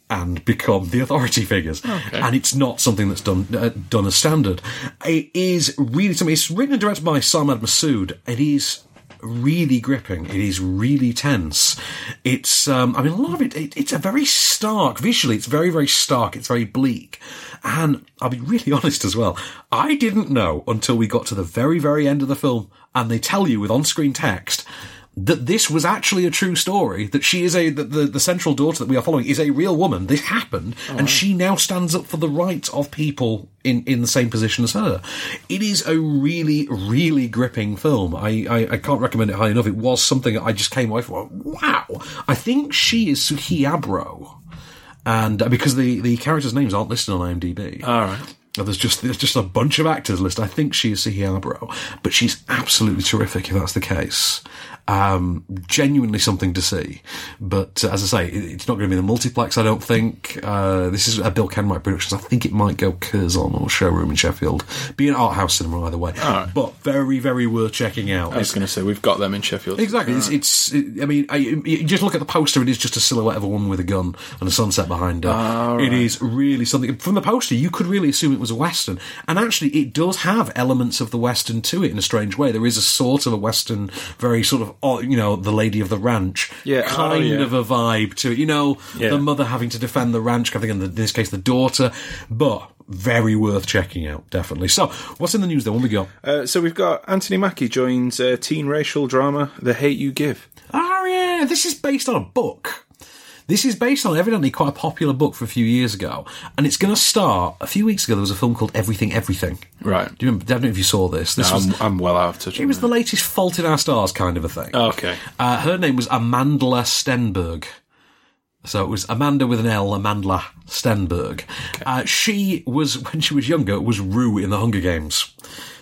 A: and become the authority figures. And it's not something that's done, uh, done as standard. It is really something, it's written and directed by Samad Masood. It is really gripping. It is really tense. It's, um, I mean, a lot of it, it, it's a very stark, visually, it's very, very stark. It's very bleak. And I'll be really honest as well. I didn't know until we got to the very, very end of the film and they tell you with on-screen text that this was actually a true story, that she is a, that the, the central daughter that we are following is a real woman. This happened and she now stands up for the rights of people in, in the same position as her. It is a really, really gripping film. I, I, I can't recommend it highly enough. It was something I just came away from. Wow. I think she is Suhi Abro. And uh, because the, the characters' names aren't listed on IMDb. All right. There's just there's just a bunch of actors list. I think she is Sihi Abro, but she's absolutely terrific if that's the case. Um, genuinely something to see. But uh, as I say, it- it's not going to be the multiplex. I don't think uh, this is a Bill Kenwright Productions. I think it might go Curzon or Showroom in Sheffield. Be an art house cinema either way. But very very worth checking out.
B: I was going to say we've got them in Sheffield.
A: Exactly. It's, it's I mean, I, you just look at the poster. It is just a silhouette of a woman with a gun and a sunset behind her.
B: Ah,
A: It is really something. From the poster, you could really assume it was a western, and actually, it does have elements of the western to it in a strange way. There is a sort of a western, very sort of oh, you know, the lady of the ranch,
B: Yeah. Oh,
A: kind
B: yeah.
A: of a vibe to it. You know,
B: Yeah.
A: the mother having to defend the ranch, I think in, the, in this case, the daughter, but. Very worth checking out, definitely. So, what's in the news then? What we got?
B: Uh, so we've got Anthony Mackie joins uh, teen racial drama The Hate You Give.
A: Oh yeah, this is based on a book. This is based on evidently quite a popular book for a few years ago, and it's going to start. A few weeks ago, there was a film called Everything Everything.
B: Right.
A: Do you remember? I don't know if you saw this. This was
B: I'm, I'm well out of touch.
A: it was the latest Fault in Our Stars kind of a thing.
B: Okay.
A: Uh, her name was Amandla Stenberg. So it was Amanda with an L, Amandla Stenberg. Uh, she was, when she was younger, was Rue in the Hunger Games.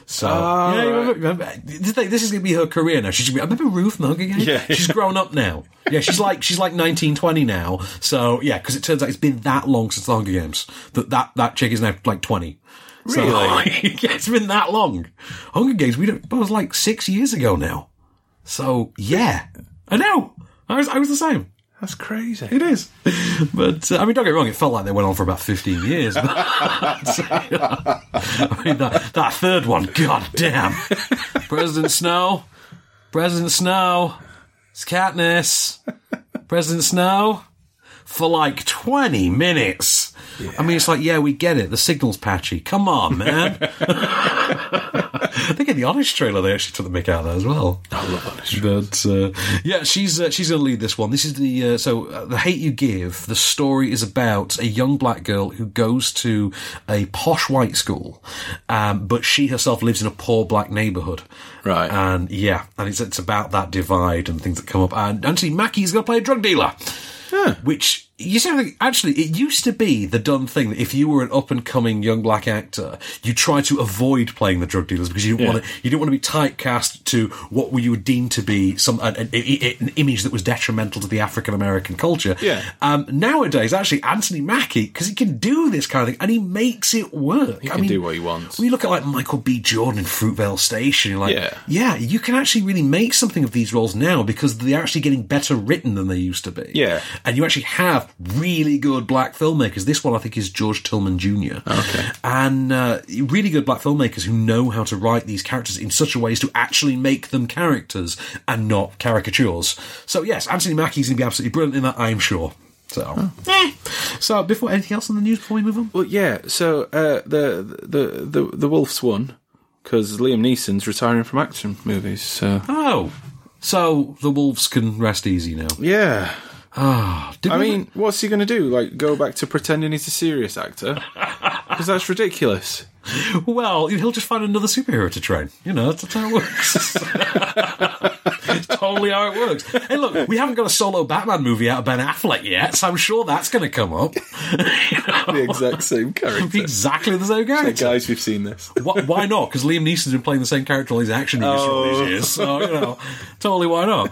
A: So,
B: Oh,
A: yeah, you remember, remember- this thing- this is going to be her career now. She's gonna be, I remember Rue from the Hunger Games.
B: Yeah.
A: She's grown up now. Yeah, she's like, she's like 19, 20 now. So yeah, because it turns out it's been that long since the Hunger Games that that, that chick is now like 20. So-
B: Really?
A: yeah, it's been that long. Hunger Games, we don't, that was like six years ago now. So yeah, I know. I was, I was the same.
B: That's crazy.
A: It is. But, uh, I mean, don't get me wrong, it felt like they went on for about 15 years. But, I mean, that, that third one, god damn. President Snow, President Snow, it's Katniss, President Snow, for like 20 minutes. I mean, it's like, yeah, we get it. The signal's patchy. Come on, man. I think in the Honest trailer they actually took the mick out of that as well. I love Honest. But uh, yeah, she's uh, she's going to lead this one. This is the uh, so uh, the Hate You Give. The story is about a young black girl who goes to a posh white school, um, but she herself lives in a poor black neighborhood.
B: Right.
A: And yeah, and it's it's about that divide and things that come up. And Anthony Mackie's going to play a drug dealer. Which you see, like, actually, it used to be the done thing that if you were an up and coming young black actor, you try to avoid playing the drug dealers because you didn't want to. You didn't want to be typecast to what you would deem to be some an, an, an image that was detrimental to the African American culture.
B: Yeah.
A: Um, nowadays, actually, Anthony Mackie because he can do this kind of thing and he makes it work. He
B: can do what he wants.
A: We look at like Michael B. Jordan in Fruitvale Station. You're like,
B: Yeah.
A: yeah, you can actually really make something of these roles now because they're actually getting better written than they used to be.
B: Yeah.
A: And you actually have really good black filmmakers. This one, I think, is George Tillman Jr. Okay. And uh, really good black filmmakers who know how to write these characters in such a way as to actually make them characters and not caricatures. So, yes, Anthony Mackie's going to be absolutely brilliant in that, I'm sure. So,
B: Oh.
A: eh. so before anything else on the news before we move on,
B: Well, yeah. So uh, the the the the Wolves won because Liam Neeson's retiring from action movies. So
A: oh, so the wolves can rest easy now.
B: yeah.
A: Did
B: I
A: we-
B: mean, what's he going to do? Like, go back to pretending he's a serious actor? Because that's ridiculous.
A: well, he'll just find another superhero to train. You know, that's, that's how it works. It's totally how it works. Hey, look, we haven't got a solo Batman movie out of Ben Affleck yet, so I'm sure that's going to come up.
B: The exact same character.
A: exactly the same character.
B: Guys, we've seen this.
A: why, why not? Because Liam Neeson's been playing the same character all his action movies for all
B: Oh.
A: these years, so you know, totally why not?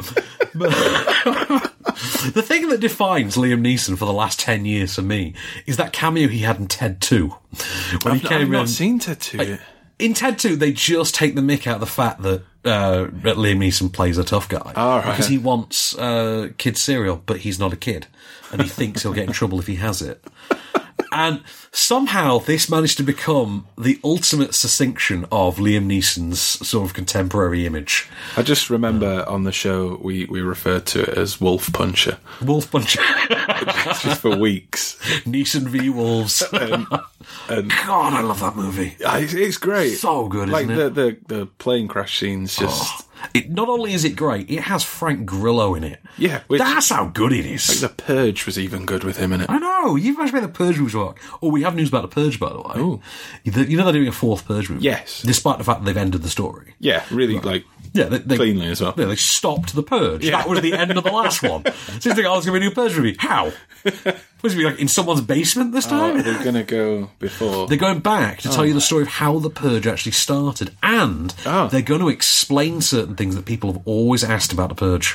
A: But the thing that defines Liam Neeson for the last ten years for me is that cameo he had in Ted Two, when he
B: I've
A: came in.
B: not seen Tattoo yet.
A: in Ted Two, they just take the mick out of the fact that uh, that Liam Neeson plays a tough guy
B: All right.
A: because he wants uh, kid cereal, but he's not a kid, and he thinks he'll get in trouble if he has it. And somehow this managed to become the ultimate succinction of Liam Neeson's sort of contemporary image.
B: I just remember on the show we, we referred to it as Wolf Puncher
A: Wolf Punch,
B: just for weeks.
A: Neeson v Wolves. God, I love that movie.
B: I, it's great.
A: So good,
B: like
A: isn't
B: the,
A: it?
B: the the plane crash scenes. Just
A: It not only is it great, it has Frank Grillo in it.
B: Yeah, which-
A: that's how good it is.
B: the Purge was even good with him in it.
A: Oh. I know. You've mentioned about the Purge movies work. Oh, we have news about the Purge, by the way. You you know they're doing a fourth Purge movie.
B: Yes.
A: Despite the fact that they've ended the story.
B: Yeah, really like
A: Yeah, they, they,
B: cleanly as well.
A: Yeah, they stopped the Purge. That was the end of the last one. So you think, oh, there's going to be a new Purge movie. How? Was it be like in someone's basement this time?
B: Oh, they're gonna go before.
A: They're going back to tell you the story of how the purge actually started, and they're going to explain certain things that people have always asked about the purge,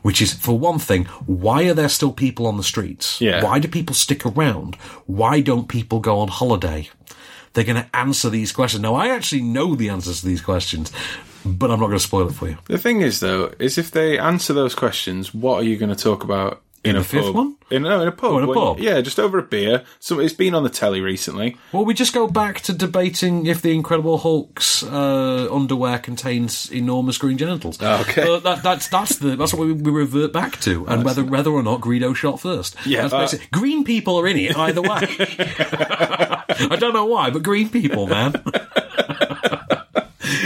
A: which is, for one thing, why are there still people on the streets?
B: Yeah.
A: Why do people stick around? Why don't people go on holiday? They're going to answer these questions. Now, I actually know the answers to these questions, but I'm not going to spoil it for you.
B: The thing is, though, is if they answer those questions, what are you going to talk about in,
A: In
B: a
A: the fifth
B: pub?
A: one?
B: In, no, in a pub.
A: Oh, in a
B: when-
A: pub.
B: Yeah, just over a beer. So it's been on the telly recently.
A: Well, we just go back to debating if the Incredible Hulk's uh, underwear contains enormous green genitals.
B: Ah, Okay.
A: Uh, that, that's that's the that's what we, we revert back to, and whether whether or not Greedo shot first.
B: Yeah,
A: That's
B: uh,
A: basically- green people are in it either way. I don't know why, but green people, man.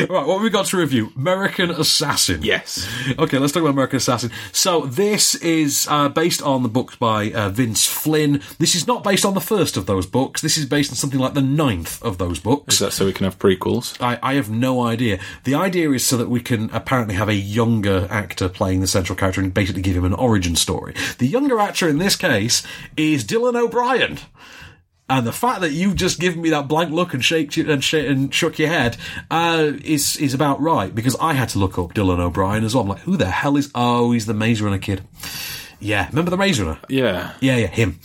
A: Right, what have we got to review? American Assassin.
B: Yes.
A: Okay, let's talk about American Assassin. So this is uh, based on the books by uh, Vince Flynn. This is not based on the first of those books. This is based on something like the ninth of those books.
B: Is that so we can have prequels?
A: I, I have no idea. The idea is so that we can apparently have a younger actor playing the central character and basically give him an origin story. The younger actor in this case is Dylan O'Brien. And the fact that you've just given me that blank look and shaked you and, sh- and shook your head uh, is is about right because I had to look up Dylan O'Brien as well. I'm like, who the hell is? Oh, he's the Maze Runner kid. Yeah, remember the Maze Runner?
B: Yeah.
A: Yeah, yeah, him.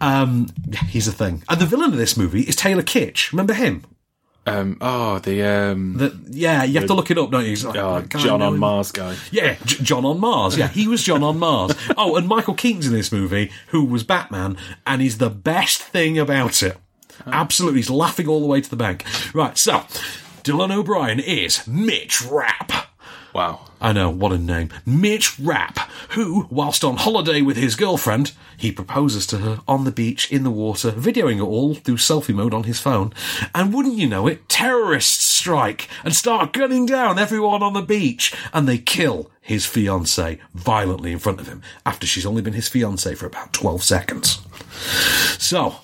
A: Um, yeah, he's a thing. And the villain of this movie is Taylor Kitsch. Remember him?
B: Um. Oh, the um.
A: The, yeah, you have to look it up, don't you? He's like,
B: oh,
A: God,
B: John
A: no,
B: on
A: him.
B: Mars guy.
A: Yeah, J- John on Mars. Yeah, he was John on Mars. Oh, and Michael Keaton's in this movie, who was Batman, and he's the best thing about it. Absolutely, he's laughing all the way to the bank. Right, so Dylan O'Brien is Mitch Rapp.
B: Wow.
A: I know, what a name. Mitch Rapp, who, whilst on holiday with his girlfriend, he proposes to her on the beach, in the water, videoing it all through selfie mode on his phone. And wouldn't you know it, terrorists strike and start gunning down everyone on the beach, and they kill his fiancée violently in front of him after she's only been his fiancée for about 12 seconds. So,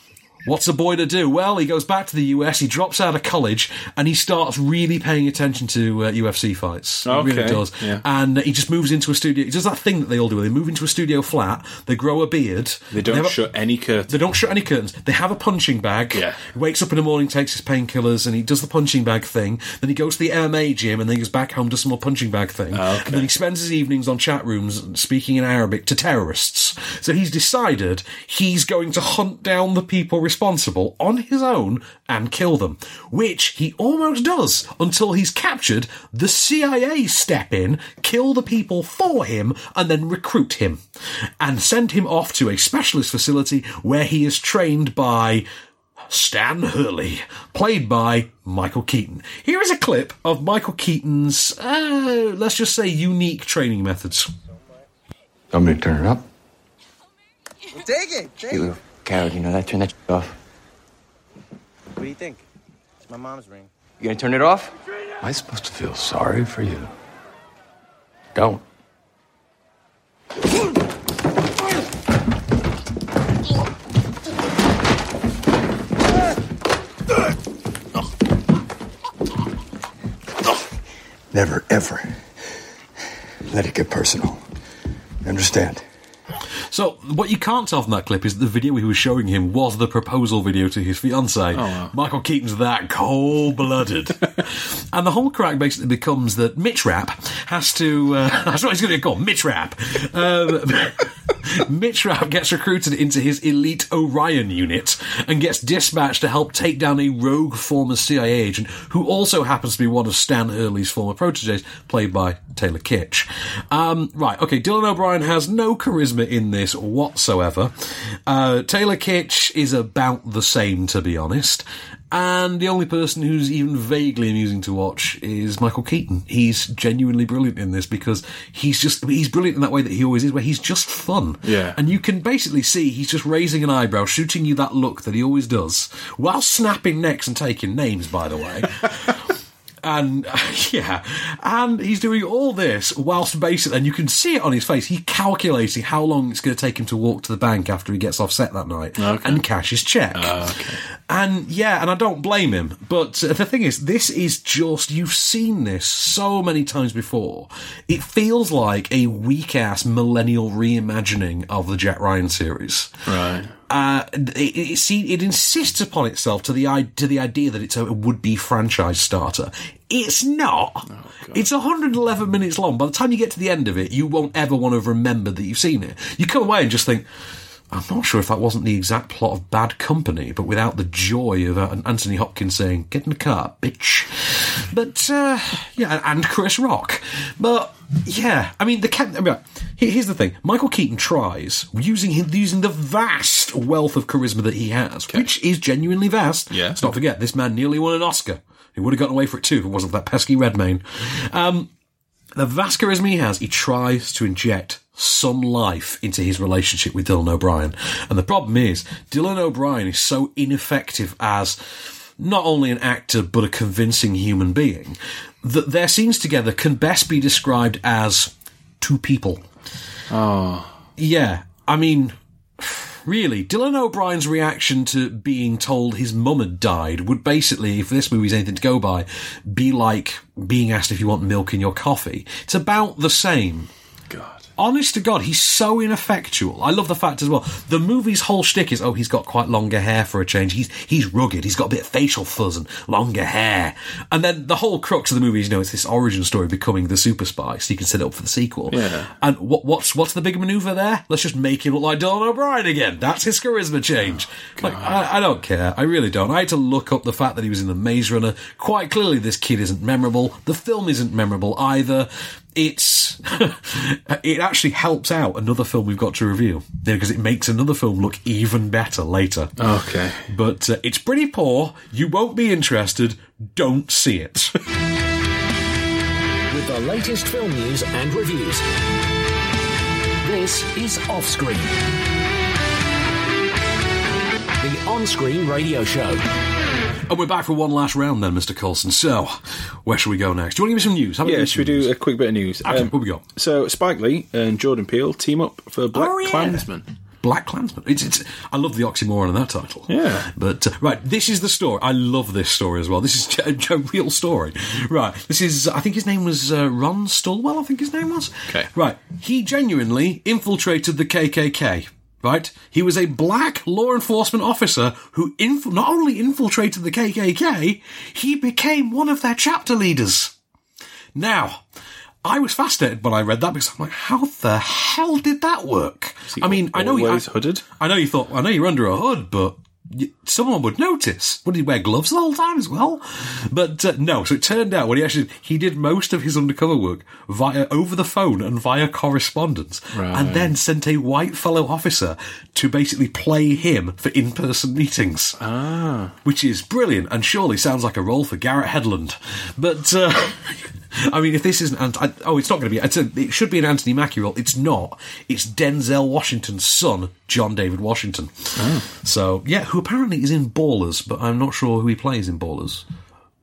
A: what's a boy to do? Well, he goes back to the US, he drops out of college, and he starts really paying attention to uh, UFC fights. He really
B: Okay,
A: does.
B: yeah.
A: And he just moves into a studio. He does that thing that they all do. They move into a studio flat, they grow a beard.
B: They don't
A: have a-
B: shut any curtains.
A: They don't shut any curtains. They have a punching bag.
B: Yeah.
A: He wakes up in the morning, takes his painkillers, and he does the punching bag thing. Then he goes to the MMA gym, and then he goes back home, does some more punching bag thing. And then he spends his evenings on chat rooms speaking in Arabic to terrorists. So he's decided he's going to hunt down the people responsible on his own and kill them, which he almost does until he's captured. The CIA step in, kill the people for him, and then recruit him and send him off to a specialist facility where he is trained by Stan Hurley, played by Michael Keaton. Here is a clip of Michael Keaton's, uh, let's just say, unique training methods.
G: I'm going to turn it up. Take it. Take it.
H: little coward, you know that. Turn that shit off.
G: What do you think? It's my mom's ring.
H: You gonna turn it off?
I: Am I supposed to feel sorry for you? Don't.
H: Never, ever let it get personal. Understand?
A: So, what you can't tell from that clip is that the video he was showing him was the proposal video to his fiancée. Michael Keaton's that cold blooded. and the whole crack basically becomes that Mitch Rapp has to. Uh, that's what he's going to call Mitch Rapp. Um, Mitch Rapp gets recruited into his elite Orion unit and gets dispatched to help take down a rogue former CIA agent who also happens to be one of Stan Early's former proteges, played by Taylor Kitsch. Um, right, okay, Dylan O'Brien has no charisma in this whatsoever. Uh, Taylor Kitsch is about the same, to be honest. And the only person who's even vaguely amusing to watch is Michael Keaton. He's genuinely brilliant in this because he's just, he's brilliant in that way that he always is, where he's just fun.
B: Yeah.
A: And you can basically see he's just raising an eyebrow, shooting you that look that he always does, while snapping necks and taking names, by the way. and yeah, and he's doing all this whilst basically, and you can see it on his face. He's calculating how long it's going to take him to walk to the bank after he gets offset that night and cash his check. And yeah, and I don't blame him. But uh, the thing is, this is just you've seen this so many times before. It feels like a weak ass millennial reimagining of the Jack Ryan series
B: Right.
A: uh, it, it, see, it insists upon itself to the i- to the idea that it's a would-be franchise starter. It's not. it's 111 minutes long. By the time you get to the end of it, you won't ever want to remember that you've seen it. You come away and just think, I'm not sure if that wasn't the exact plot of Bad Company, but without the joy of uh, Anthony Hopkins saying, "Get in the car, bitch." But uh, yeah, and Chris Rock. But yeah, I mean, the cat. I mean, here- here's the thing: Michael Keaton tries using him, using the vast wealth of charisma that he has, which is genuinely vast.
B: Yeah.
A: Let's not forget, this man nearly won an Oscar. He would have gotten away for it too if it wasn't for that pesky Redmayne. Um, the vast charisma he has, he tries to inject some life into his relationship with Dylan O'Brien. And the problem is, Dylan O'Brien is so ineffective as not only an actor, but a convincing human being, that their scenes together can best be described as two people. Yeah, I mean, really, Dylan O'Brien's reaction to being told his mum had died would basically, if this movie's anything to go by, be like being asked if you want milk in your coffee. It's about the same.
B: God.
A: Honest to God, he's so ineffectual. I love the fact as well. The movie's whole shtick is, oh, he's got quite longer hair for a change. He's he's rugged. He's got a bit of facial fuzz and longer hair. And then the whole crux of the movie is, you know, it's this origin story of becoming the super spy, so you can set it up for the sequel.
B: Yeah.
A: And what what's what's the big manoeuvre there? Let's just make him look like Donald O'Brien again. That's his charisma change. like I, I don't care. I really don't. I had to look up the fact that he was in the Maze Runner. Quite clearly, this kid isn't memorable. The film isn't memorable either. It's it actually helps out another film we've got to review because it makes another film look even better later.
B: Okay.
A: But uh, it's pretty poor. You won't be interested. Don't see it.
C: with the latest film news and reviews. This is Offscreen, the on screen radio show.
A: And we're back for one last round then, Mr. Coulson. So, where shall we go next? Do you want to give me some news? Have a
B: Yeah,
A: give
B: should we
A: me some
B: do
A: news?
B: a quick bit of news? Um,
A: Okay, what we got?
B: So Spike Lee and Jordan Peele team up for Black
A: Oh, yeah.
B: Klansman.
A: Black Klansman. It's, it's, I love the oxymoron in that title.
B: Yeah.
A: But, uh, right, this is the story. I love this story as well. This is a, a real story. Right, this is, I think his name was uh, Ron Stallwell, I think his name was.
B: Okay.
A: Right, he genuinely infiltrated the KKK. Right? He was a black law enforcement officer who inf- not only infiltrated the KKK, he became one of their chapter leaders. Now, I was fascinated when I read that because I'm like, how the hell did that work? I mean, I know
B: always
A: I,
B: hooded?
A: I know you thought, I know you're under a hood, but y someone would notice. Would he wear gloves the whole time as well? But uh, no. So it turned out when he actually he did most of his undercover work via over the phone and via correspondence, and then sent a white fellow officer to basically play him for in-person meetings which is brilliant and surely sounds like a role for Garrett Headland. But uh, I mean, if this isn't Ant- I, oh, it's not going to be. It's a, it should be an Anthony Mackie role. It's not. It's Denzel Washington's son, John David Washington. So yeah, who apparently is in Ballers, but I'm not sure who he plays in Ballers.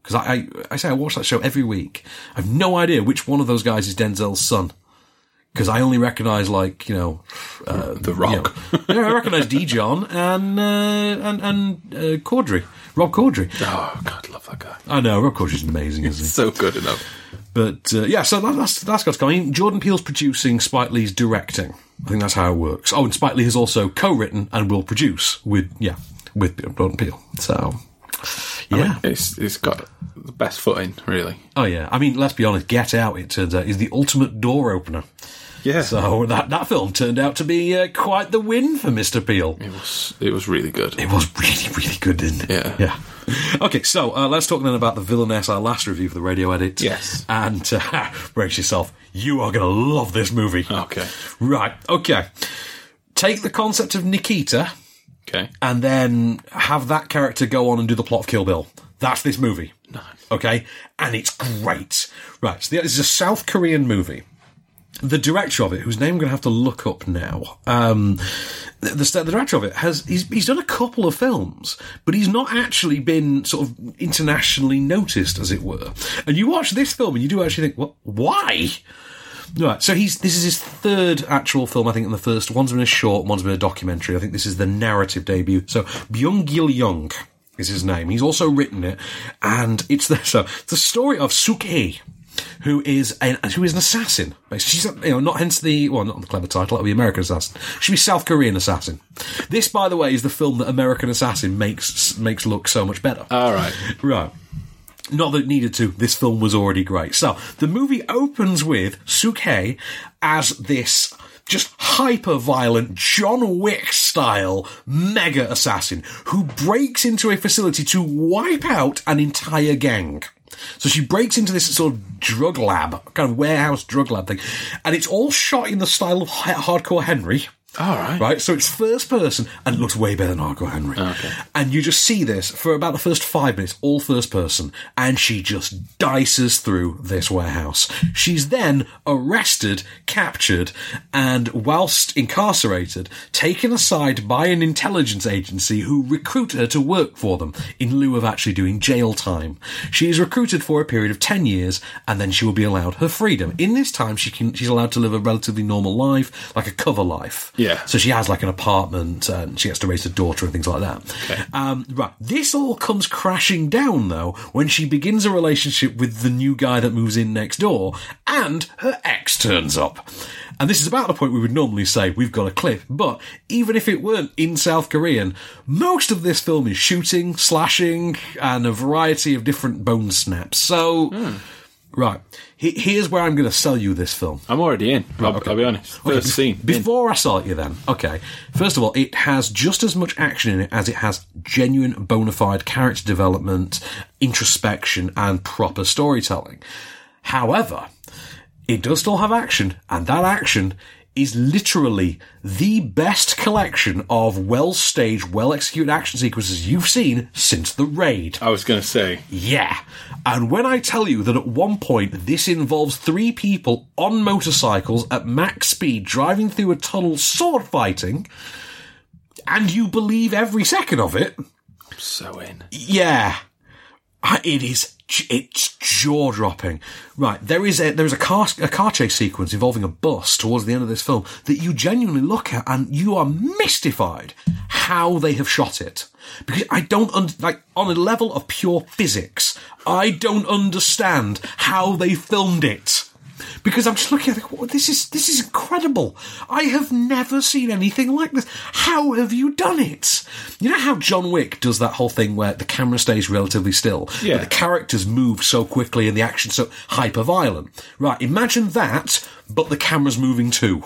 A: Because I, I, I say I watch that show every week. I've no idea which one of those guys is Denzel's son. Because I only recognise like you know, uh,
B: The Rock.
A: You know, yeah, I recognise D. John and uh, and and uh, Corddry, Rob Corddry.
B: Oh God, love that guy.
A: I know Rob Corddry's amazing, isn't he?
B: So good enough.
A: But uh, yeah, so that, that's that's got to come. I mean, Jordan Peele's producing, Spike Lee's directing. I think that's how it works. Oh, and Spike Lee has also co-written and will produce with yeah with Jordan Peele. So yeah.
B: It's it's got the best footing, really.
A: oh yeah. I mean, let's be honest. Get Out. It turns out is the ultimate door opener.
B: Yeah.
A: So that that film turned out to be uh, quite the win for Mr. Peele.
B: It was it was really good.
A: It was really, really good, didn't it?
B: Yeah.
A: Yeah. Okay, so uh, let's talk then about the villainess, our last review for the radio edit.
B: Yes.
A: And uh, brace yourself, you are going to love this movie.
B: Okay.
A: Right, okay. Take the concept of Nikita
B: Okay.
A: and then have that character go on and do the plot of Kill Bill. That's this movie. Okay? And it's great. Right, so this is a South Korean movie. The director of it, whose name I'm going to have to look up now, um, the, the, the director of it has he's, he's done a couple of films, but he's not actually been sort of internationally noticed, as it were. And you watch this film, and you do actually think, well, why? Right, so he's this is his third actual film, I think, and the first one's been a short, one's been a documentary. I think this is the narrative debut. So Byung Gil Young is his name. He's also written it, and it's the so it's the story of Suke, who is an who is an assassin. She's you know not hence the well not the clever title. It'll be American Assassin. She'll be South Korean Assassin. This, by the way, is the film that American Assassin makes makes look so much better.
B: All right.
A: Right. Not that it needed to. This film was already great. So the movie opens with Suke as this just hyper violent John Wick style mega assassin who breaks into a facility to wipe out an entire gang. So she breaks into this sort of drug lab, kind of warehouse drug lab thing, and it's all shot in the style of hi- Hardcore Henry.
B: All right.
A: Right, so it's first person, and it looks way better than Argo Henry. And you just see this for about the first five minutes, all first person, and she just dices through this warehouse. She's then arrested, captured, and whilst incarcerated, taken aside by an intelligence agency who recruit her to work for them in lieu of actually doing jail time. She is recruited for a period of ten years, and then she will be allowed her freedom. In this time, she can she's allowed to live a relatively normal life, like a cover life.
B: Yeah.
A: So she has like an apartment and she has to raise a daughter and things like that. Um, right. This all comes crashing down though when she begins a relationship with the new guy that moves in next door and her ex turns up. And this is about the point we would normally say we've got a clip, but even if it weren't in South Korean, most of this film is shooting, slashing, and a variety of different bone snaps. So, right. He- here's where I'm going to sell you this film.
B: I'm already in. I'll, I'll be honest. First
A: Okay,
B: scene. in.
A: Before I start you, then, okay. First of all, it has just as much action in it as it has genuine, bona fide character development, introspection, and proper storytelling. However, it does still have action, and that action is literally the best collection of well staged, well executed action sequences you've seen since the raid.
B: I was going to say.
A: Yeah. And when I tell you that at one point this involves three people on motorcycles at max speed driving through a tunnel sword fighting, and you believe every second of it,
B: So in.
A: yeah, I- it is. j- It's jaw dropping. Right, there is a there is a car a car chase sequence involving a bus towards the end of this film that you genuinely look at and you are mystified how they have shot it because I don't un- like on a level of pure physics I don't understand how they filmed it because I'm just looking at it, like, this is this is incredible. I have never seen anything like this. How have you done it? You know how John Wick does that whole thing where the camera stays relatively still,
B: Yeah.
A: but the characters move so quickly and the action so hyper violent. Right, imagine that, but the camera's moving too.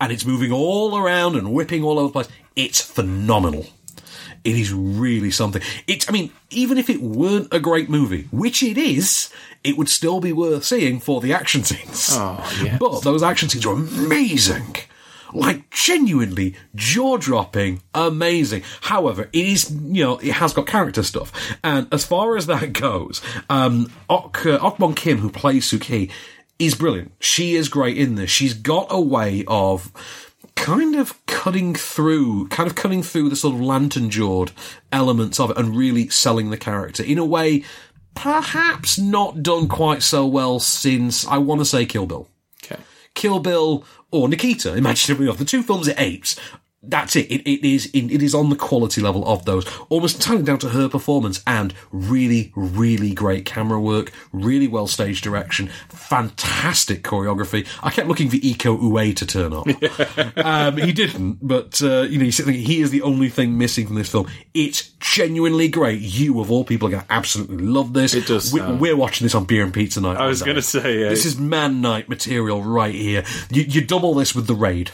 A: And it's moving all around and whipping all over the place. It's phenomenal. It is really something. It's, I mean, even if it weren't a great movie, which it is, it would still be worth seeing for the action scenes.
B: Oh, yes.
A: But those action scenes are amazing. like genuinely jaw dropping, amazing. However, it is you know it has got character stuff, and as far as that goes, um, Ok uh, Okbon Kim who plays Suki is brilliant. She is great in this. She's got a way of kind of cutting through, kind of cutting through the sort of lantern jawed elements of it and really selling the character in a way perhaps not done quite so well since I want to say Kill Bill.
B: Okay.
A: Kill Bill or Nikita, Imagine Enough, the two films it apes. That's it. It, it is it, it is on the quality level of those, almost entirely down to her performance and really, really great camera work, really well staged direction, fantastic choreography. I kept looking for Iko Ue to turn up. um, he didn't, but uh, you know, you sit thinking he is the only thing missing from this film. It's genuinely great. You of all people are going to absolutely love this.
B: It does
A: We,
B: sound-
A: We're watching this on beer and pizza night.
B: I was
A: one day.
B: gonna say, yeah.
A: this is man night material right here. You, you double this with the raid.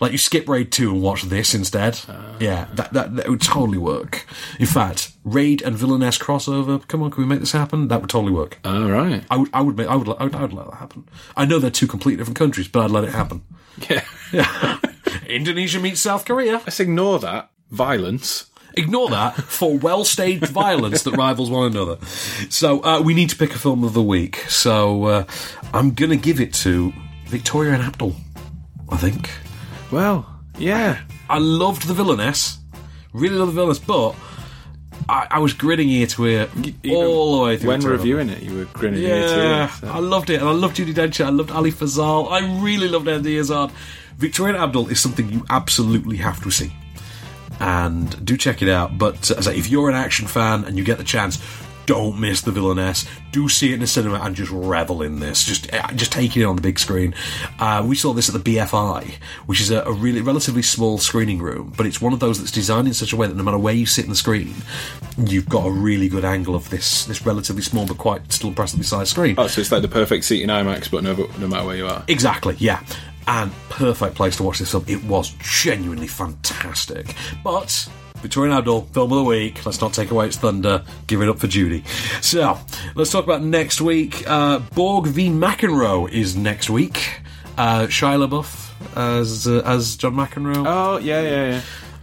A: Like you skip raid two and watch this instead. yeah, that, that that would totally work. In fact, raid and villainess crossover. Come on, can we make this happen? That would totally work.
B: All right.
A: I would, I would, make, I would, I would, I would let that happen. I know they're two completely different countries, but I'd let it happen.
B: Yeah.
A: Indonesia meets South Korea.
B: Let's ignore that violence.
A: Ignore that for well staged violence that rivals one another. So uh, we need to pick a film of the week. So uh, I'm going to give it to Victoria and Abdul. I think
B: Well, yeah.
A: I loved the villainess, really loved the villainess, but I, I was grinning ear to ear all the way through.
B: When
A: Turner.
B: reviewing it, you were grinning ear to ear,
A: Yeah,
B: so-
A: I loved it, and I loved Judy Dench. I loved Ali Fazal. I really loved Andy Azard. Victoria Abdul is something you absolutely have to see, and do check it out. But uh, as I say, if you're an action fan and you get the chance, don't miss the villainess. Do see it in the cinema and just revel in this. Just uh, just take it on the big screen. Uh, we saw this at the BFI, which is a, a really relatively small screening room, but it's one of those that's designed in such a way that no matter where you sit in the screen, you've got a really good angle of this this relatively small but quite still impressively sized screen.
B: Oh, so it's like the perfect seat in IMAX, but no, no matter where you are.
A: Exactly, yeah. And perfect place to watch this film. It was genuinely fantastic. But Victorian Abdul, film of the week. Let's not take away its thunder. Give it up for Judy. So let's talk about next week. Uh, Borg v McEnroe is next week. Uh, Shia LaBeouf as uh, as John McEnroe
B: Oh, yeah, yeah, yeah.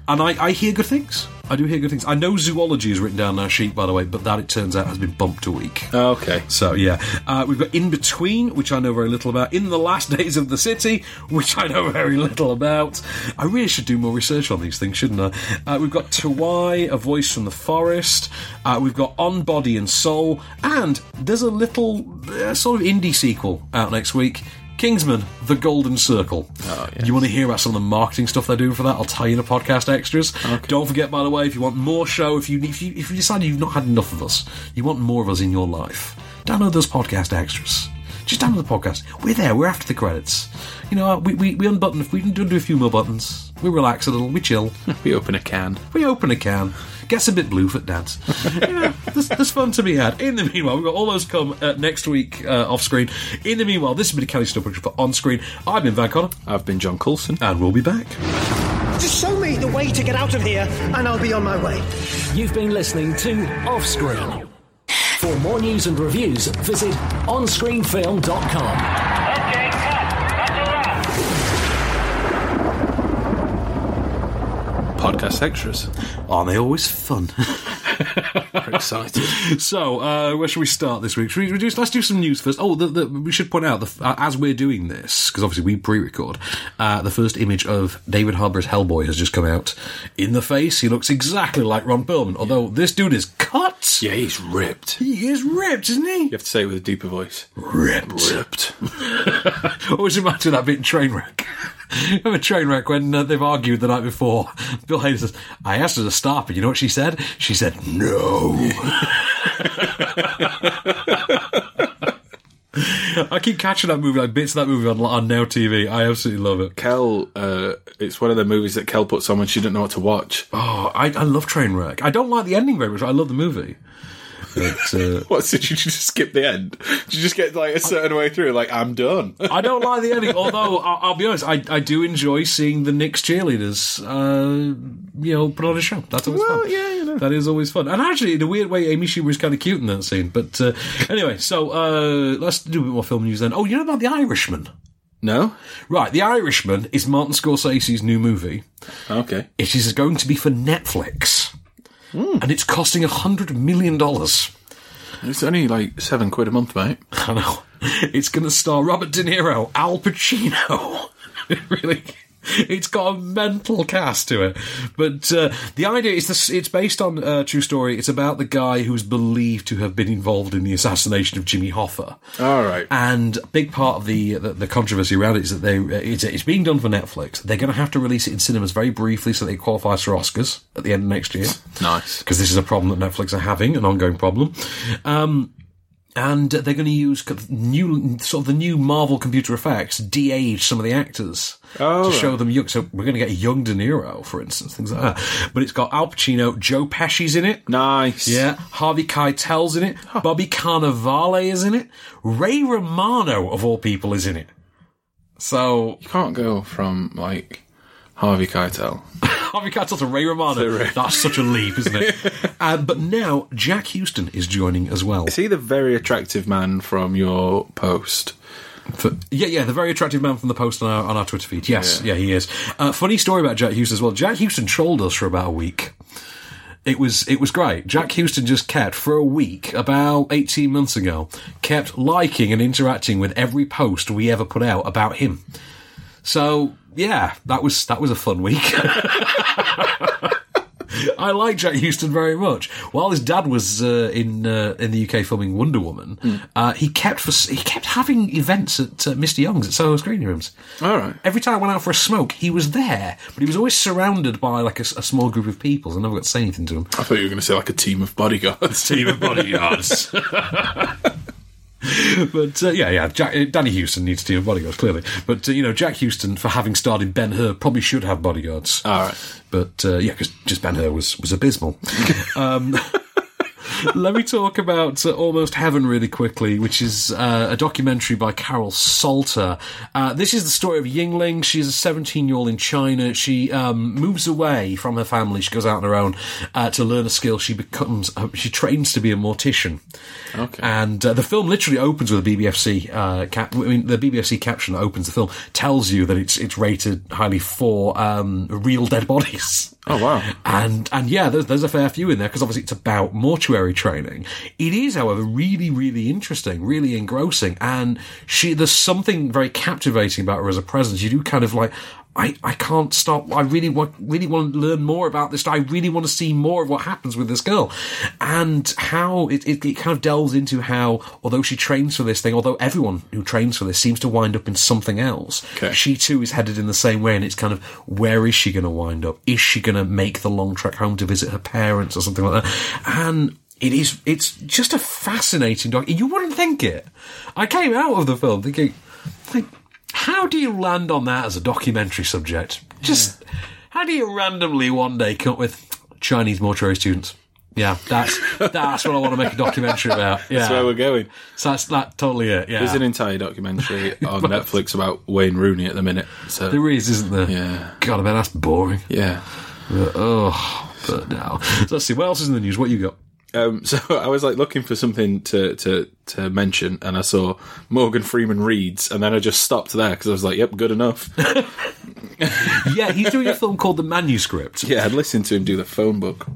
A: and I, I hear good things. I do hear good things. I know zoology is written down on our sheet, by the way, but that it turns out has been bumped a week.
B: Oh, okay.
A: So yeah, uh, we've got in between, which I know very little about. In the last days of the city, which I know very little about. I really should do more research on these things, shouldn't I? Uh, we've got Tawai, a voice from the forest. Uh, we've got on body and soul, and there's a little uh, sort of indie sequel out next week. Kingsman, The Golden Circle. You want to hear about some of the marketing stuff they're doing for that? I'll tell you in the podcast extras. Don't forget, by the way, if you want more show, if you, if you if you decide you've not had enough of us, you want more of us in your life, download those podcast extras. Just download the podcast. We're there. We're after the credits. You know, we we, we unbutton. If we can do do a few more buttons, we relax a little. We chill.
B: We open a can.
A: We open a can. Gets a bit blue for dance. You know, there's, there's fun to be had. In the meanwhile, we've got all those come uh, next week uh, off screen. In the meanwhile, this has been a Kelly Snow production for On Screen. I've been Van Connor,
B: I've been John Coulson.
A: and we'll be back.
J: Just show me the way to get out of here, and I'll be on my way.
C: You've been listening to Offscreen. For more news and reviews, visit onscreenfilm.com.
B: Podcast extras.
A: Aren't they always fun?
B: We're excited.
A: so, uh, where should we start this week? Should we, we do, let's do some news first. Oh, the, the, we should point out the, uh, as we're doing this because obviously we pre-record. Uh, the first image of David Harbour's Hellboy has just come out. In the face, he looks exactly like Ron Perlman. Although this dude is cut.
B: yeah, he's ripped. You
A: He is ripped, isn't he?
B: have to say it with a deeper voice.
A: Ripped.
B: Ripped.
A: I always imagine that bit in Trainwreck. Remember Trainwreck when uh, they've argued the night before? Bill Hader says, I asked her to stop, and you know what she said? She said, no. I keep catching that movie, like bits of that movie on, on Now TV. I absolutely love it.
B: Kel, uh, it's one of the movies that Kel puts on when she didn't know what to watch.
A: Oh, I, I love Trainwreck. I don't like the ending very much, but I love the movie. But, uh,
B: What, did you just skip the end? Did you just get like a certain way through? Like, I'm done.
A: I don't like the ending, although I'll, I'll be honest, I, I do enjoy seeing the Knicks cheerleaders, uh, you know, put on a show. That's always
B: Well,
A: fun.
B: yeah, you know.
A: That is always fun. And actually, in a weird way, Amy Schumer is kind of cute in that scene. But uh, anyway, so uh, let's do a bit more film news then. Oh, you know about The Irishman?
B: No?
A: Right, The Irishman is Martin Scorsese's new movie.
B: Okay.
A: It is going to be for Netflix.
B: Hmm.
A: And it's costing $100 million.
B: It's only like seven quid a month, mate.
A: I know. It's going to star Robert De Niro, Al Pacino. It really. It's got a mental cast to it, but uh, the idea is this: it's based on uh, a true story. It's about the guy who's believed to have been involved in the assassination of Jimmy Hoffa.
B: All right.
A: And a big part of the the, the controversy around it is that they it's, it's being done for Netflix. They're going to have to release it in cinemas very briefly so that it qualifies for Oscars at the end of next year
B: Nice.
A: because this is a problem that Netflix are having, an ongoing problem. Um, and they're going to use c- new, sort of the new Marvel computer effects, de-age some of the actors
B: Oh,
A: to
B: right.
A: show them young. So we're going to get a young De Niro, for instance, things like that. But it's got Al Pacino, Joe Pesci's in it.
B: Nice.
A: Yeah, Harvey Keitel's in it. Bobby Cannavale is in it. Ray Romano, of all people, is in it. So
B: You can't go from like Harvey Keitel.
A: Harvey Keitel to Ray Romano.
B: To Ray-
A: That's such a leap, isn't it? um, but now Jack Houston is joining as well.
B: Is he the very attractive man from your post?
A: For- yeah, yeah, the very attractive man from the post on our, on our Twitter feed. Yes, yeah, he is. Uh, funny story about Jack Houston as well. Jack Houston trolled us for about a week. It was it was great. Jack Houston just kept for a week, about eighteen months ago, kept liking and interacting with every post we ever put out about him. So yeah, that was that was a fun week. I like Jack Houston very much. While his dad was uh, in uh, in the UK filming Wonder Woman,
B: Hmm.
A: uh, he kept for, he kept having events at uh, Mr Young's at Soho Screening Rooms.
B: All right.
A: Every time I went out for a smoke, he was there, but he was always surrounded by like a, s- a small group of people. So I never got to say anything to him.
B: I thought you were going to say like a team of bodyguards.
A: Team of bodyguards. but uh, yeah, yeah, Jack, uh, Danny Houston needs a team of bodyguards clearly. But uh, you know, Jack Houston for having starred in Ben Hur probably should have bodyguards.
B: All right.
A: But uh, yeah, because just Ben Hur was was abysmal. um, let me talk about uh, Almost Heaven really quickly, which is uh, a documentary by Carol Salter. Uh, this is the story of Yingling. She's a 17 year old in China. She um, moves away from her family. She goes out on her own uh, to learn a skill. She becomes, uh, she trains to be a mortician.
B: Okay.
A: And uh, the film literally opens with a BBFC. Uh, cap- I mean, the BBFC caption that opens the film tells you that it's it's rated highly for um, real dead bodies.
B: Oh, wow.
A: And and yeah, there's there's a fair few in there because obviously it's about mortuary training. It is, however, really really interesting, really engrossing, and she there's something very captivating about her as a presence. You do kind of like. I, I can't stop. I really want really want to learn more about this. I really want to see more of what happens with this girl, and how it, it, it kind of delves into how although she trains for this thing, although everyone who trains for this seems to wind up in something else,
B: Okay.
A: she too is headed in the same way, and it's kind of where is she going to wind up? Is she going to make the long trek home to visit her parents or something like that? And it is, it's just a fascinating doc. You wouldn't think it. I came out of the film thinking, like, how do you land on that as a documentary subject? Just how do you randomly one day come up with Chinese mortuary students? Yeah, that's that's what I want to make a documentary about. Yeah,
B: That's where we're going.
A: so that's that totally it. Yeah,
B: There's an entire documentary on Netflix about Wayne Rooney at the minute. So
A: there is, isn't there?
B: Yeah.
A: God, I mean that's boring.
B: yeah.
A: Oh, but now. So let's see, what else is in the news? What you got?
B: Um, so I was like looking for something to, to, to mention, and I saw Morgan Freeman reads, and then I just stopped there because I was like, "Yep, good enough."
A: Yeah, he's doing a film called The Manuscript.
B: yeah, I'd listened to him do the phone book.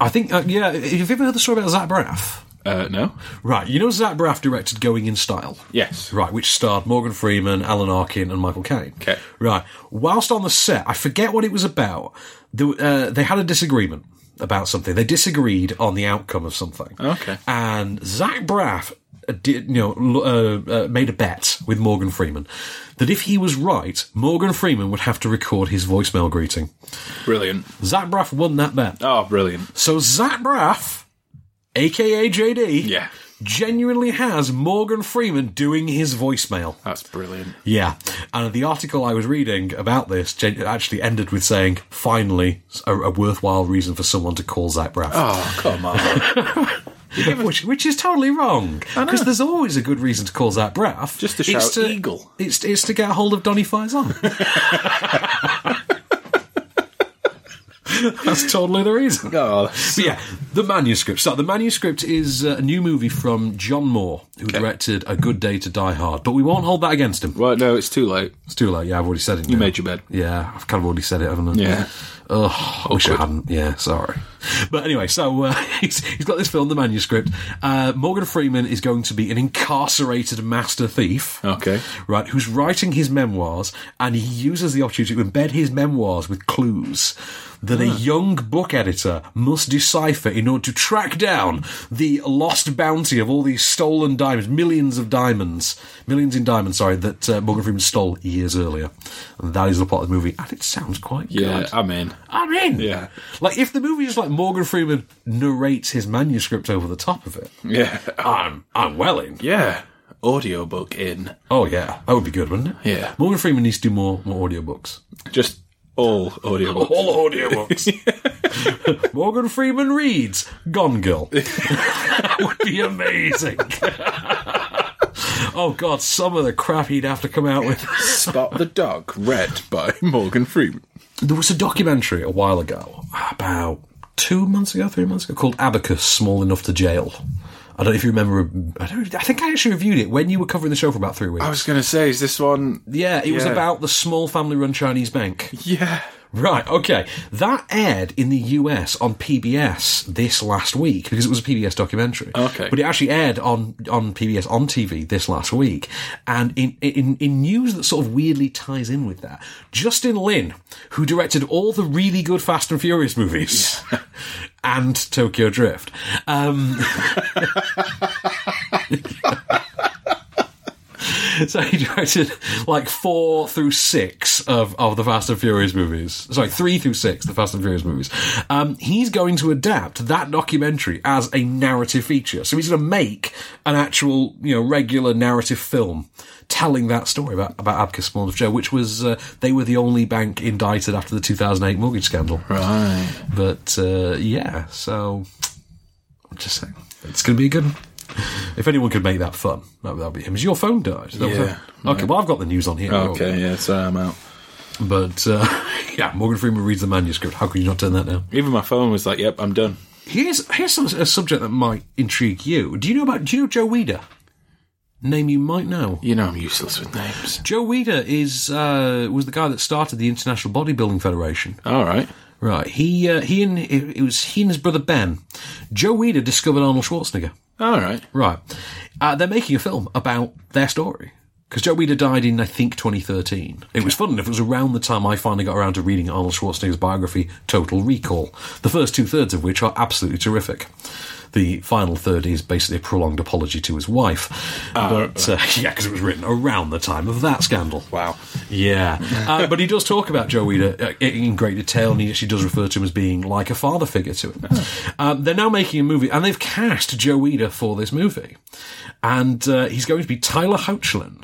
A: I think, uh, yeah, have you ever heard the story about Zach Braff?
B: Uh, no,
A: Right, you know Zach Braff directed Going in Style?
B: yes,
A: Right, which starred Morgan Freeman, Alan Arkin, and Michael Caine.
B: Okay.
A: Right, whilst on the set, I forget what it was about, there, w- uh, they had a disagreement about something. They disagreed on the outcome of something.
B: Okay.
A: And Zach Braff uh, did, you know, l- uh, uh, made a bet with Morgan Freeman that if he was right, Morgan Freeman would have to record his voicemail greeting.
B: brilliant.
A: Zach Braff won that bet.
B: Oh, brilliant.
A: So Zach Braff, aka JD,
B: Yeah,
A: genuinely has Morgan Freeman doing his voicemail.
B: that's brilliant.
A: Yeah, and the article I was reading about this gen- actually ended with saying, "Finally, a, a worthwhile reason for someone to call Zach Braff,"
B: Oh, come on.
A: which, which is totally wrong because there's always a good reason to call Zach Braff.
B: Just to
A: It's
B: shout, "Eagle."
A: It's it's to get a hold of Donny Faison. That's totally the reason.
B: oh,
A: But yeah, The manuscript. So the manuscript is uh, a new movie from John Moore, who directed A Good Day to Die Hard, but we won't hold that against him.
B: Right? No, it's too late.
A: It's too late. Yeah, I've already said it.
B: You
A: now.
B: made your bed.
A: Yeah, I've kind of already said it, haven't I?
B: Yeah.
A: Ugh, I wish I hadn't. Yeah, sorry. But anyway, so uh, he's, he's got this film, The Manuscript. Uh, Morgan Freeman is going to be an incarcerated master thief,
B: Okay.
A: right, who's writing his memoirs, and he uses the opportunity to embed his memoirs with clues that a young book editor must decipher in order to track down the lost bounty of all these stolen diamonds, millions of diamonds, millions in diamonds, sorry, that uh, Morgan Freeman stole years earlier. And that is the plot of the movie, and it sounds quite
B: Yeah,
A: good.
B: I'm in.
A: I'm in.
B: Yeah.
A: Like if the movie is like Morgan Freeman narrates his manuscript over the top of it,
B: Yeah.
A: I'm I'm well in.
B: Yeah. Audiobook in.
A: Oh yeah, that would be good, wouldn't it?
B: Yeah.
A: Morgan Freeman needs to do more more audiobooks.
B: Just all audiobook.
A: All audiobooks. Morgan Freeman reads Gone Girl. that would be amazing. oh god, some of the crap he'd have to come out with.
B: Spot the Dog, read by Morgan Freeman.
A: There was a documentary a while ago, about two months ago, three months ago, called Abacus Small Enough to Jail. I don't know if you remember. I don't. I think I actually reviewed it when you were covering the show for about three weeks.
B: I was going to say, is this one.
A: yeah, it was
B: Oh, Yeah.
A: about the small family-run Chinese bank.
B: Yeah.
A: Right. Okay. That aired in the US on PBS this last week because it was a PBS documentary.
B: Okay.
A: But it actually aired on on PBS on TV this last week, and in in in news that sort of weirdly ties in with that, Justin Lin, who directed all the really good Fast and Furious movies. And Tokyo Drift. Um, so he directed like four through six of, of the Fast and Furious movies. Sorry, three through six, the Fast and Furious movies. Um, he's going to adapt that documentary as a narrative feature. So he's going to make an actual, you know, regular narrative film telling that story about, about Abacus Small Enough Joe, which was, uh, they were the only bank indicted after the 2008 mortgage scandal.
B: Right.
A: But, uh, yeah, so I'm just saying, it's going to be a good one. If anyone could make that fun, that would that'd be him. Has your phone died? Is that what
B: Yeah, Oh,
A: that- Okay, well, I've got the news on here.
B: Okay, yeah, sorry, I'm out.
A: But, uh, yeah, Morgan Freeman reads the manuscript. How could you not turn that down?
B: Even my phone was like, yep, I'm done.
A: Here's here's some, a subject that might intrigue you. Do you know about, do you know Joe Weider? Name you might know.
B: You know I'm useless with names.
A: Joe Weider is, uh, was the guy that started the International Bodybuilding Federation.
B: All right.
A: Right. He, uh, he and, it it was he and his brother Ben. Joe Weider discovered Arnold Schwarzenegger.
B: All right.
A: Right. Uh, they're making a film about their story. Because Joe Weider died in, I think, 2013. It was fun enough. It was around the time I finally got around to reading Arnold Schwarzenegger's biography, Total Recall, the first two thirds of which are absolutely terrific. The final third is basically a prolonged apology to his wife. but, uh, yeah, because it was written around the time of that scandal.
B: Wow.
A: Yeah, uh, but he does talk about Joe Weider uh, in great detail, and he actually does refer to him as being like a father figure to him. Um, they're now making a movie, and they've cast Joe Weider for this movie, and uh, he's going to be Tyler Hoechlin,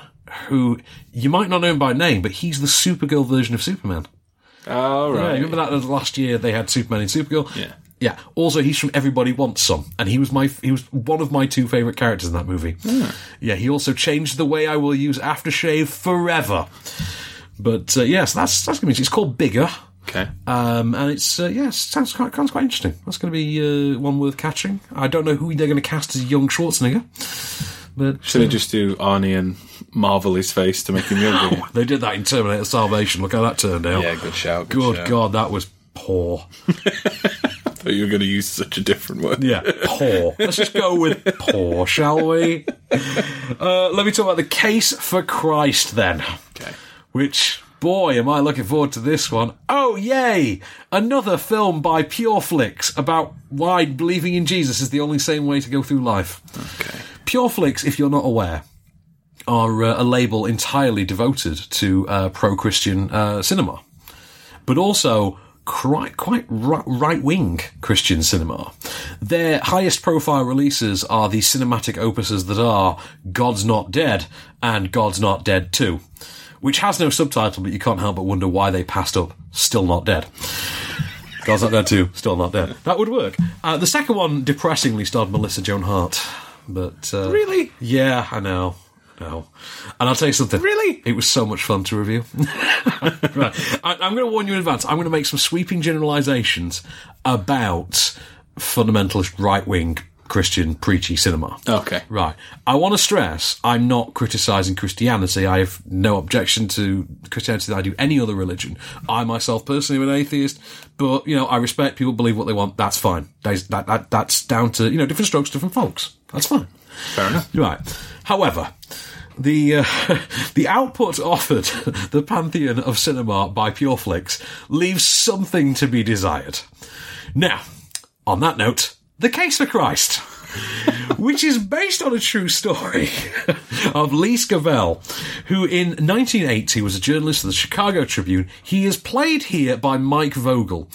A: who you might not know him by name, but he's the Supergirl version of Superman.
B: All
A: Yeah,
B: right.
A: remember that was last year they had Superman and Supergirl.
B: Yeah.
A: yeah. Also, he's from Everybody Wants Some, and he was my he was one of my two favorite characters in that movie.
B: Hmm.
A: Yeah, he also changed the way I will use aftershave forever. But uh, yes, that's that's gonna be. It's called Bigger.
B: Okay.
A: Um, and it's uh, yes, sounds quite sounds quite interesting. That's going to be uh, one worth catching. I don't know who they're going to cast as young Schwarzenegger, but
B: Should I just do Arnie and marvel his face to make him younger?
A: they did that in Terminator Salvation. Look how that turned out.
B: Oh, yeah, good shout. Good,
A: Good
B: shout.
A: God, that was poor.
B: I thought you were going to use such a different word.
A: Yeah, poor. Let's just go with poor, shall we? Uh, let me talk about the case for Christ then.
B: Okay.
A: Which, boy, am I looking forward to this one. Oh, yay! Another film by Pure Flix about why believing in Jesus is the only sane way to go through life.
B: Okay.
A: Pure Flix, if you're not aware, are uh, a label entirely devoted to uh, pro Christian uh, cinema, but also quite, quite right wing Christian cinema. Their highest profile releases are the cinematic opuses that are God's Not Dead and God's Not Dead 2, which has no subtitle, but you can't help but wonder why they passed up Still Not Dead. God's Not Dead 2, Still Not Dead. That would work. Uh, the second one depressingly starred Melissa Joan Hart. But uh,
B: Really?
A: yeah, I know. No. And I'll tell you something.
B: Really?
A: It was so much fun to review. right. I, I'm going to warn you in advance. I'm going to make some sweeping generalizations about fundamentalist right wing Christian preachy cinema.
B: Okay.
A: Right. I want to stress I'm not criticizing Christianity. I have no objection to Christianity that I do any other religion. I myself personally am an atheist, but you know, I respect people believe what they want. That's fine. That, is- that, that that's down to, you know, different strokes, different folks. That's fine.
B: Fair enough.
A: Right. However, the uh, the output offered the pantheon of cinema by Pureflix leaves something to be desired. Now, on that note, the case for Christ. Which is based on a true story of Lee Scavell, who in 1980 was a journalist of the Chicago Tribune. He is played here by Mike Vogel,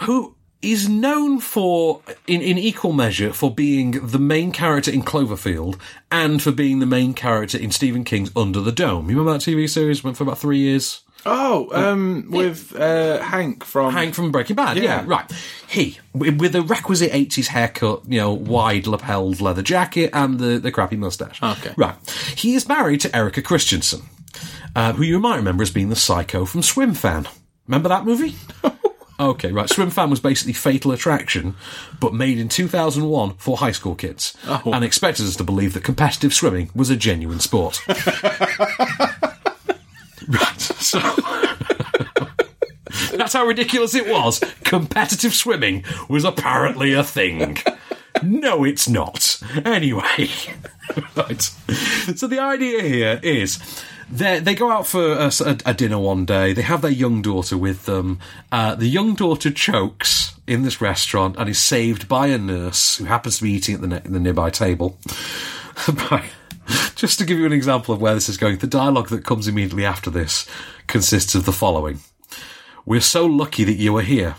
A: who is known for, in, in equal measure, for being the main character in Cloverfield and for being the main character in Stephen King's Under the Dome. You remember that TV series went for about three years?
B: Oh, um, with uh, Hank from
A: Hank from Breaking Bad. Yeah,
B: Yeah.
A: right. He wi- with the requisite eighties haircut, you know, wide lapelled leather jacket and the the crappy mustache.
B: Okay.
A: right. He is married to Erica Christensen, uh, who you might remember as being the psycho from Swim Fan. Remember that movie? Okay, right. Swim Fan was basically Fatal Attraction, but made in 2001 for high school kids,
B: Oh.
A: and expected us to believe that competitive swimming was a genuine sport. right, so that's how ridiculous it was. Competitive swimming was apparently a thing. No, it's not. Anyway, right. So the idea here is they they go out for a, s- a- a dinner one day. They have their young daughter with them. Uh, the young daughter chokes in this restaurant and is saved by a nurse who happens to be eating at the, ne- the nearby table. By- just to give you an example of where this is going, the dialogue that comes immediately after this consists of the following. We're so lucky that you were here.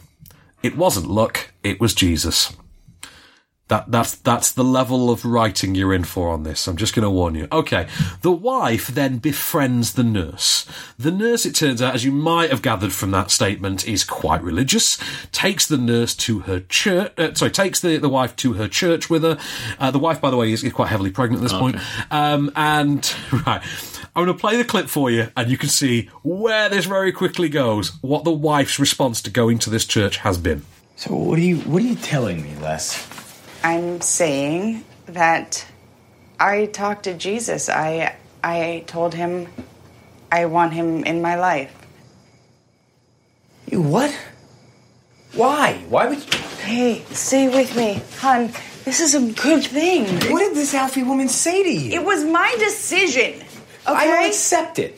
A: It wasn't luck, it was Jesus. That that's that's the level of writing you're in for on this. I'm just going to warn you. Okay. The wife then befriends the nurse. The nurse, it turns out, as you might have gathered from that statement, is quite religious. Takes the nurse to her church. Uh, sorry, takes the, the wife to her church with her. Uh, the wife, by the way, is, is quite heavily pregnant at this point. Um, and right, I'm going to play the clip for you, and you can see where this very quickly goes. What the wife's response to going to this church has been.
K: So what are you what are you telling me, Les?
L: I'm saying that I talked to Jesus. I I told him I want him in my life.
K: You what? Why? Why would you
L: Hey, stay with me, hon. This is a good thing.
K: What did this Alfie woman say to you?
L: It was my decision. Okay?
K: I don't accept it.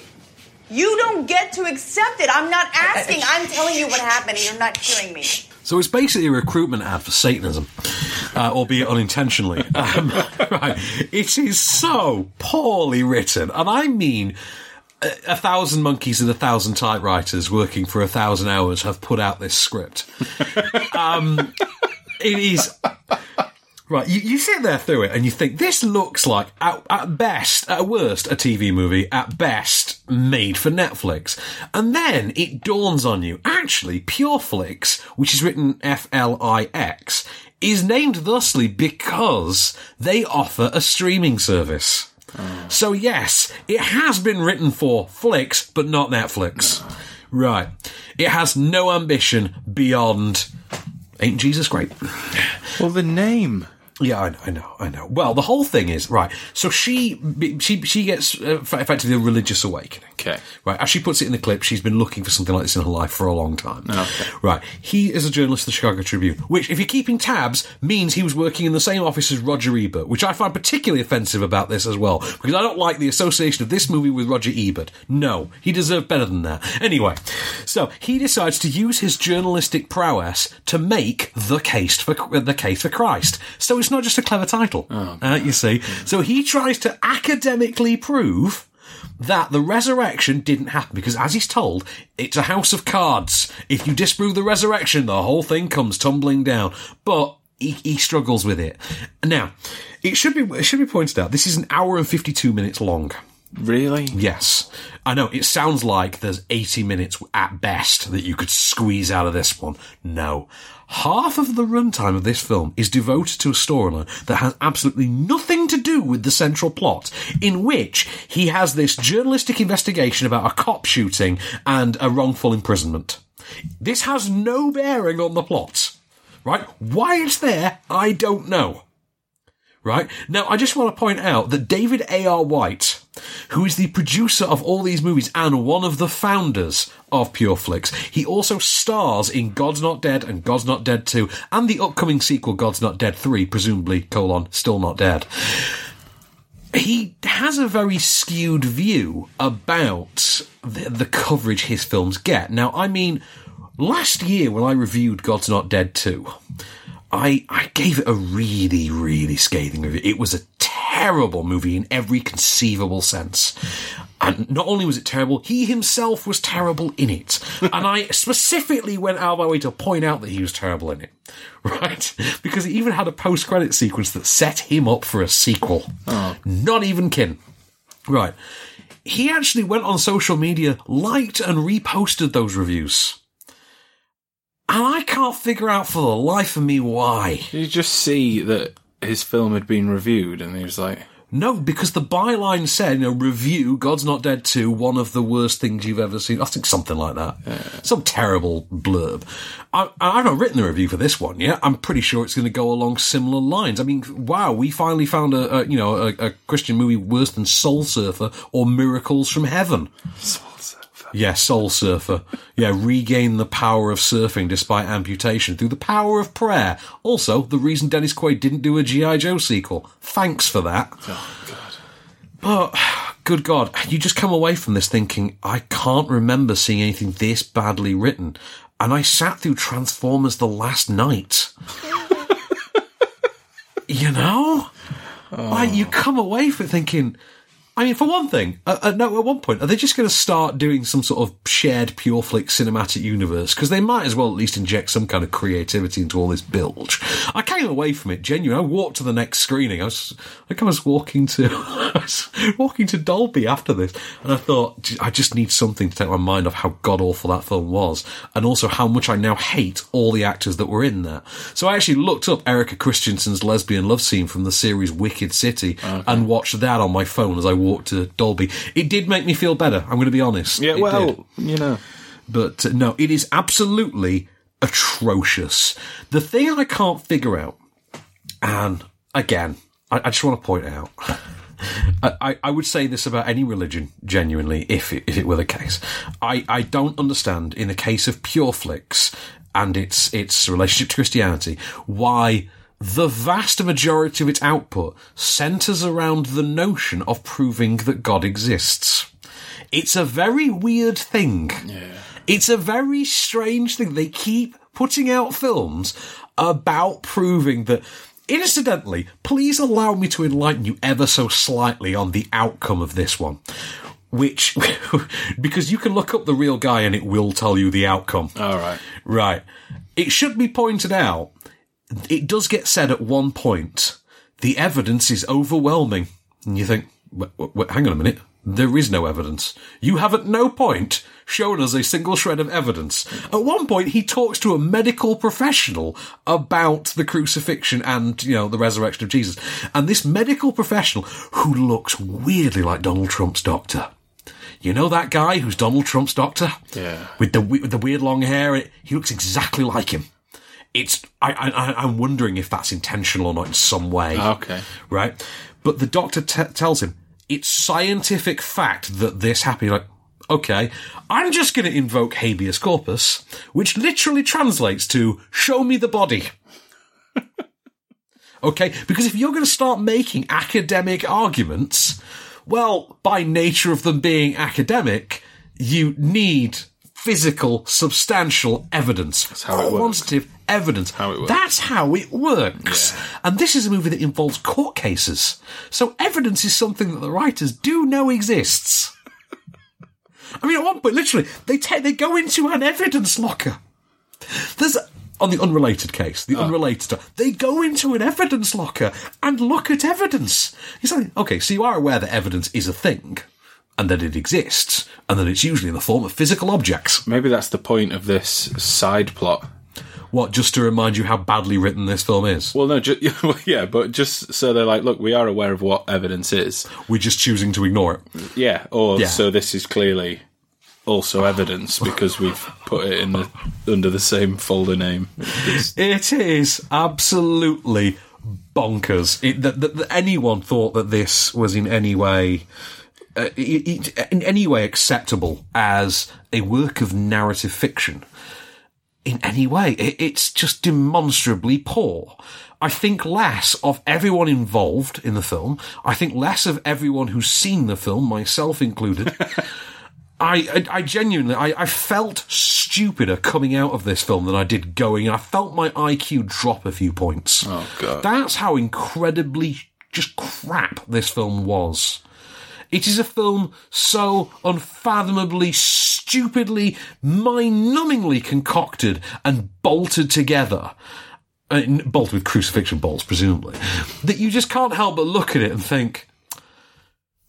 L: You don't get to accept it. I'm not asking. I'm telling you what happened, and you're not hearing me.
A: So it's basically a recruitment ad for Satanism, uh, albeit unintentionally. Um, right. It is so poorly written, and I mean. a- A thousand monkeys and a thousand typewriters working for a thousand hours have put out this script. Um, it is right. You, you sit there through it and you think this looks like, at, at best, at worst, a TV movie. At best, made for Netflix. And then it dawns on you: actually, Pureflix, which is written F L I X, is named thusly because they offer a streaming service. So yes, it has been written for Flix, but not Netflix. Right. It has no ambition beyond Ain't Jesus great?
B: Well, the name.
A: Yeah, I know, I know, I know. Well, the whole thing is right. So she be- she she gets uh, f- effectively a religious awakening.
B: Okay.
A: Right, as she puts it in the clip, she's been looking for something like this in her life for a long time.
B: Okay.
A: Right, he is a journalist of the Chicago Tribune, which, if you're keeping tabs, means he was working in the same office as Roger Ebert, which I find particularly offensive about this as well, because I don't like the association of this movie with Roger Ebert. No, he deserved better than that. Anyway, so he decides to use his journalistic prowess to make the case for the case for Christ. So it's not just a clever title, uh, you see. So he tries to academically prove that the resurrection didn't happen because, as he's told, it's a house of cards. If you disprove the resurrection, the whole thing comes tumbling down. But he, he struggles with it. Now, it should be it should be pointed out this is an hour and fifty two minutes long.
B: Really?
A: Yes, I know. It sounds like there's eighty minutes at best that you could squeeze out of this one. No. Half of the runtime of this film is devoted to a storyline that has absolutely nothing to do with the central plot, in which he has this journalistic investigation about a cop shooting and a wrongful imprisonment. This has no bearing on the plot. right? Why it's there, I don't know. Right? Now, I just want to point out that David A.R. White, who is the producer of all these movies and one of the founders of Pureflix, he also stars in God's Not Dead and God's Not Dead 2 and the upcoming sequel, God's Not Dead 3, presumably, colon, still not dead. He has a very skewed view about the, the coverage his films get. Now, I mean, last year when I reviewed God's Not Dead 2, I, I gave it a really, really scathing review. It was a terrible movie in every conceivable sense. And not only was it terrible, he himself was terrible in it. and I specifically went out of my way to point out that he was terrible in it. Right? Because it even had a post credit sequence that set him up for a sequel. Not even kin. Right. He actually went on social media, liked and reposted those reviews. And I can't figure out for the life of me why.
B: Did you just see that his film had been reviewed and he was like,
A: No, because the byline said, you know, review God's Not Dead 2, one of the worst things you've ever seen. I think something like that. Some terrible blurb. I, I've not written the review for this one yet. I'm pretty sure it's going to go along similar lines. I mean, wow, we finally found a, a you know, a, a Christian movie worse than Soul Surfer or Miracles from Heaven. Yeah, soul surfer. Yeah, regain the power of surfing despite amputation through the power of prayer. Also, the reason Dennis Quaid didn't do a G.I. Joe sequel. Thanks for that. But, good God, you just come away from this thinking, I can't remember seeing anything this badly written. And I sat through Transformers the last night. you know? Like, you come away from it thinking, I mean, for one thing, uh, uh, no, at one point, are they just going to start doing some sort of shared Pureflix cinematic universe? Because they might as well at least inject some kind of creativity into all this bilge. I came away from it genuinely. I walked to the next screening. I was, I think I was walking to, I was walking to Dolby after this, and I thought, "J- I just need something to take my mind off how god awful that film was, and also how much I now hate all the actors that were in there. So I actually looked up Erica Christensen's lesbian love scene from the series Wicked City and watched that on my phone as I walked to Dolby. It did make me feel better. I'm going to be honest.
B: Yeah,
A: It
B: well,
A: did.
B: you know.
A: But uh, no, it is absolutely atrocious. The thing I can't figure out, and again, I, I just want to point out, I, I- I would say this about any religion, genuinely, if it, if it were the case. I, I don't understand, in the case of Pureflix and its, its relationship to Christianity, why the vast majority of its output centers around the notion of proving that God exists. It's a very weird thing. It's a very strange thing. They keep putting out films about proving that. Incidentally, please allow me to enlighten you ever so slightly on the outcome of this one. Which, because you can look up the real guy and it will tell you the outcome. All right. Right. It should be pointed out, it does get said at one point, the evidence is overwhelming. And you think, "Wait, wait, wait, hang on a minute. There is no evidence. You have at no point shown us a single shred of evidence. At one point, he talks to a medical professional about the crucifixion and, you know, the resurrection of Jesus. And this medical professional, who looks weirdly like Donald Trump's doctor. You know that guy who's Donald Trump's doctor?
B: Yeah.
A: With the, we- with the weird long hair, it- he looks exactly like him. It's, I, I, I- I'm wondering if that's intentional or not in some way.
B: Okay.
A: Right? But the doctor t- tells him it's scientific fact that this happened. You're Like, okay, I'm just going to invoke habeas corpus, which literally translates to show me the body. okay? Because if you're going to start making academic arguments, well, by nature of them being academic, you need physical, substantial evidence. That's how it works. Quantitative evidence. How it works. That's how it works. And this is a movie that involves court cases. So evidence is something that the writers do know exists. I mean, at one point, literally, they take they go into an evidence locker. There's on the unrelated case, the unrelated stuff. They go into an evidence locker and look at evidence. You say, okay, so you are aware that evidence is a thing, and that it exists, and that it's usually in the form of physical objects.
B: Maybe that's the point of this side plot.
A: What? Just to remind you how badly written this film is.
B: Well, no, ju- well, yeah, but just so they're like, look, we are aware of what evidence is.
A: We're just choosing to ignore it.
B: Yeah, or
A: Yeah.
B: so this is clearly also evidence because we've put it in the, under the same folder name.
A: It is absolutely bonkers it, that, that, that anyone thought that this was in any way. Uh, it- it- in any way acceptable as a work of narrative fiction in any way. It, it's just demonstrably poor. I think less of everyone involved in the film. I think less of everyone who's seen the film, myself included. I, I, I genuinely, I, I felt stupider coming out of this film than I did going. I felt my IQ drop a few points. Oh god! That's how incredibly just crap this film was. It is a film so unfathomably, stupidly, mind-numbingly concocted and bolted together. uh, bolted with crucifixion bolts, presumably, that you just can't help but look at it and think,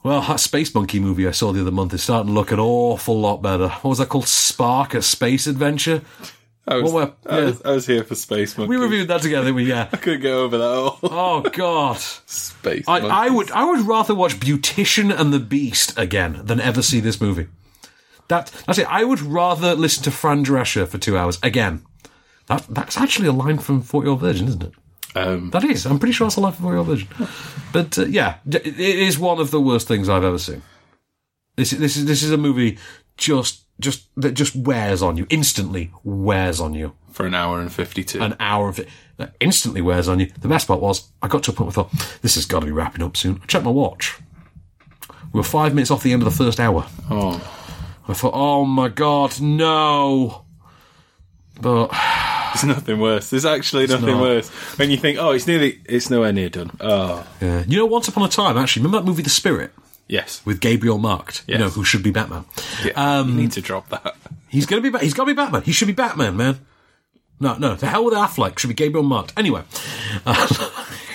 A: well, that Space Monkey movie I saw the other month is starting to look an awful lot better. What was that called? Spark, a space adventure?
B: I was,
A: Well, we're-
B: I,
A: yeah.
B: was, I was here for Space Monkey.
A: We reviewed that together, we, yeah.
B: I couldn't get over that at all.
A: Oh, God.
B: Space
A: I,
B: Monkey.
A: I would I would rather watch Beautician and the Beast again than ever see this movie. That that's it. I would rather listen to Fran Drescher for two hours again. That that's actually a line from Forty Year Old Virgin, isn't it? that is. I'm pretty sure that's a line from Forty Year Old Virgin. But uh, yeah, d- it is one of the worst things I've ever seen. This is- this is this is a movie just just that just wears on you instantly. Wears on you
B: for an hour and fifty-two.
A: an hour of it that instantly wears on you. The best part was I got to a point where I thought, this has got to be wrapping up soon. I checked my watch. We were five minutes off the end of the first hour.
B: Oh,
A: I thought, oh my god, no. But
B: there's nothing worse. There's actually
A: It's
B: nothing
A: not.
B: worse when you think, oh, it's nearly, it's nowhere near done. Oh,
A: yeah. You know, Once Upon a Time, actually, remember that movie The Spirit?
B: Yes.
A: With Gabriel Marked,
B: Yes.
A: you know, who should be Batman.
B: Yeah,
A: um,
B: you need to drop that.
A: He's gonna be. Ba- he's gotta be Batman. He should be Batman, man. No, no. The hell with Affleck. Should be Gabriel Marked. Anyway, uh,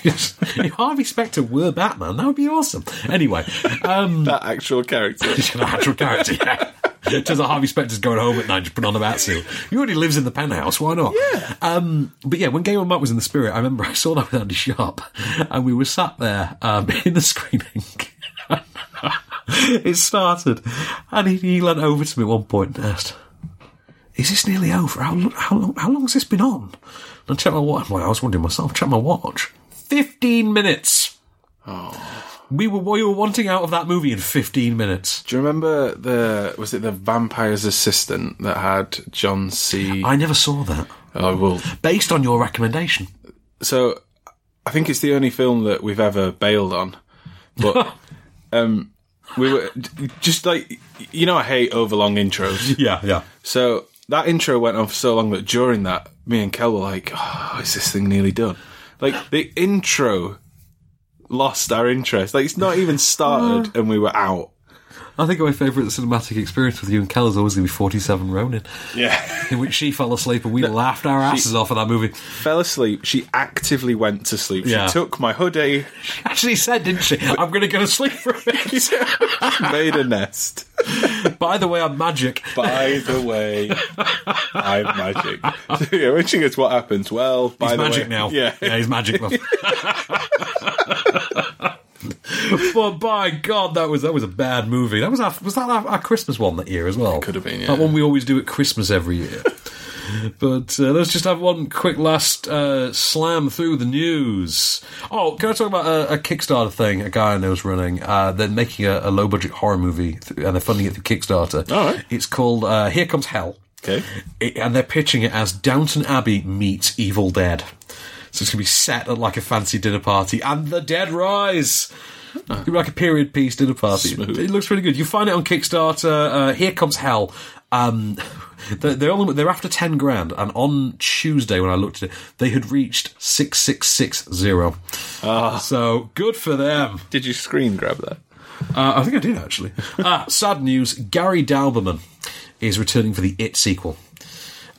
A: if Harvey Specter were Batman, that would be awesome. Anyway, um,
B: that actual character,
A: that actual character. Yeah. Turns out Harvey Specter's going home at night, just put on a bat suit. He already lives in the penthouse. Why not? Yeah. Um, but yeah, when Gabriel Mark was in the Spirit, I remember I saw that with Andy Sharp, and we were sat there um, in the screening it started, and he, he leant over to me at one point and asked, "Is this nearly over? How lo- how long how long's this been on?" And I checked my watch. I'm like, I was wondering myself. Check my watch. Fifteen minutes. Oh. We were we were wanting out of that movie in fifteen minutes.
B: Do you remember the was it the vampire's assistant that had John C.
A: I never saw that.
B: I will.
A: Based on your recommendation.
B: So, I think it's the only film that we've ever bailed on. But um, we were just like you know, I hate overlong intros.
A: Yeah, yeah.
B: So that intro went on for so long that during that, me and Kel were like, "Oh, is this thing nearly done?" Like the intro lost our interest. Like it's not even started, and we were out.
A: I think my favourite cinematic experience with you and Kel is always going to be 47 Ronin.
B: Yeah.
A: In which she fell asleep and we laughed our asses off at that movie.
B: Fell asleep. She actively went to sleep.
A: Yeah.
B: She took my hoodie,
A: Actually said, didn't she? I'm going to go to sleep for a bit.
B: made a nest.
A: By the way, I'm magic.
B: By the way, I'm magic. yeah, when she gets what happens, well, by
A: he's
B: the
A: magic
B: way-
A: now.
B: Yeah.
A: he's magic. now. but by God, that was that was a bad movie. That was our, was that our, our Christmas one that year as well. could have been
B: yeah.
A: that one we always do at Christmas every year. but uh, let's just have one quick last uh, slam through the news. Oh, can I talk about a, a Kickstarter thing? A guy I know is running. Uh, they're making a, a low budget horror movie th- and they're funding it through Kickstarter. All right. It's called uh, Here Comes Hell.
B: Okay.
A: It, and they're pitching it as Downton Abbey meets Evil Dead. So it's going to be set at like a fancy dinner party and the dead rise. It'll be like a period piece dinner party. It looks really good. You find it on Kickstarter. Uh, Here comes hell. Um, they're, they're only they're after ten grand, and on Tuesday when I looked at it, they had reached six six six zero. So good for them.
B: Did you screen grab that?
A: Uh, I think I did actually. ah, sad news: Gary Dalberman is returning for the It sequel.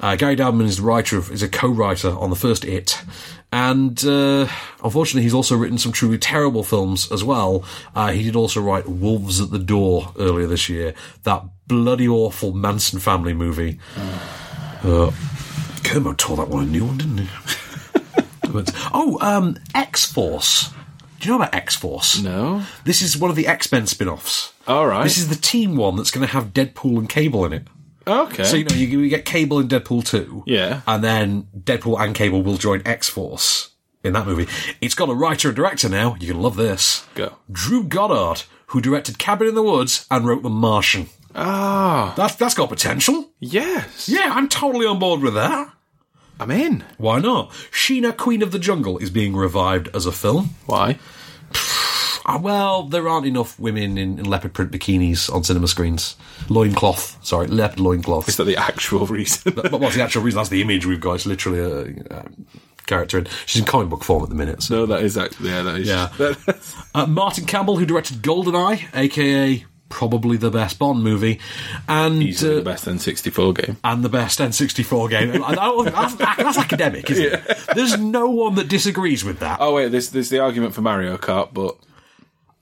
A: Uh, Gary Dalberman is the writer of, is a co-writer on the first It, and uh, unfortunately, he's also written some truly terrible films as well. Uh, he did also write Wolves at the Door earlier this year, that bloody awful Manson family movie. Uh, Kermo tore that one a new one, didn't he? But- oh, um, X Force. Do you know about X Force?
B: No.
A: This is one of the X Men spin offs.
B: All right.
A: This is the team one that's going to have Deadpool and Cable in it.
B: Okay.
A: So you know you, you get Cable in Deadpool two.
B: Yeah.
A: And then Deadpool and Cable will join X Force in that movie. It's got a writer and director now. You're gonna love this.
B: Go.
A: Drew Goddard, who directed Cabin in the Woods and wrote The Martian.
B: Ah.
A: That's that's got potential.
B: Yes.
A: Yeah, I'm totally on board with that.
B: I'm in.
A: Why not? Sheena, Queen of the Jungle, is being revived as a film.
B: Why?
A: Ah, well, there aren't enough women in, in leopard print bikinis on cinema screens. Loincloth, sorry, leopard loincloth.
B: Is that the actual reason?
A: That- but what's the actual reason? That's the image we've got. It's literally a, a character in. She's in comic book form at the minute. So.
B: no, that is actually. Yeah, that is.
A: Yeah.
B: that-
A: Uh, Martin Campbell, who directed Goldeneye, aka probably the best Bond movie, and
B: easily
A: uh,
B: the best N64 game.
A: and the best N64 game. And I don't think- that's, that's academic, isn't it? There's no one that disagrees with that.
B: Oh wait, there's there's the argument for Mario Kart, but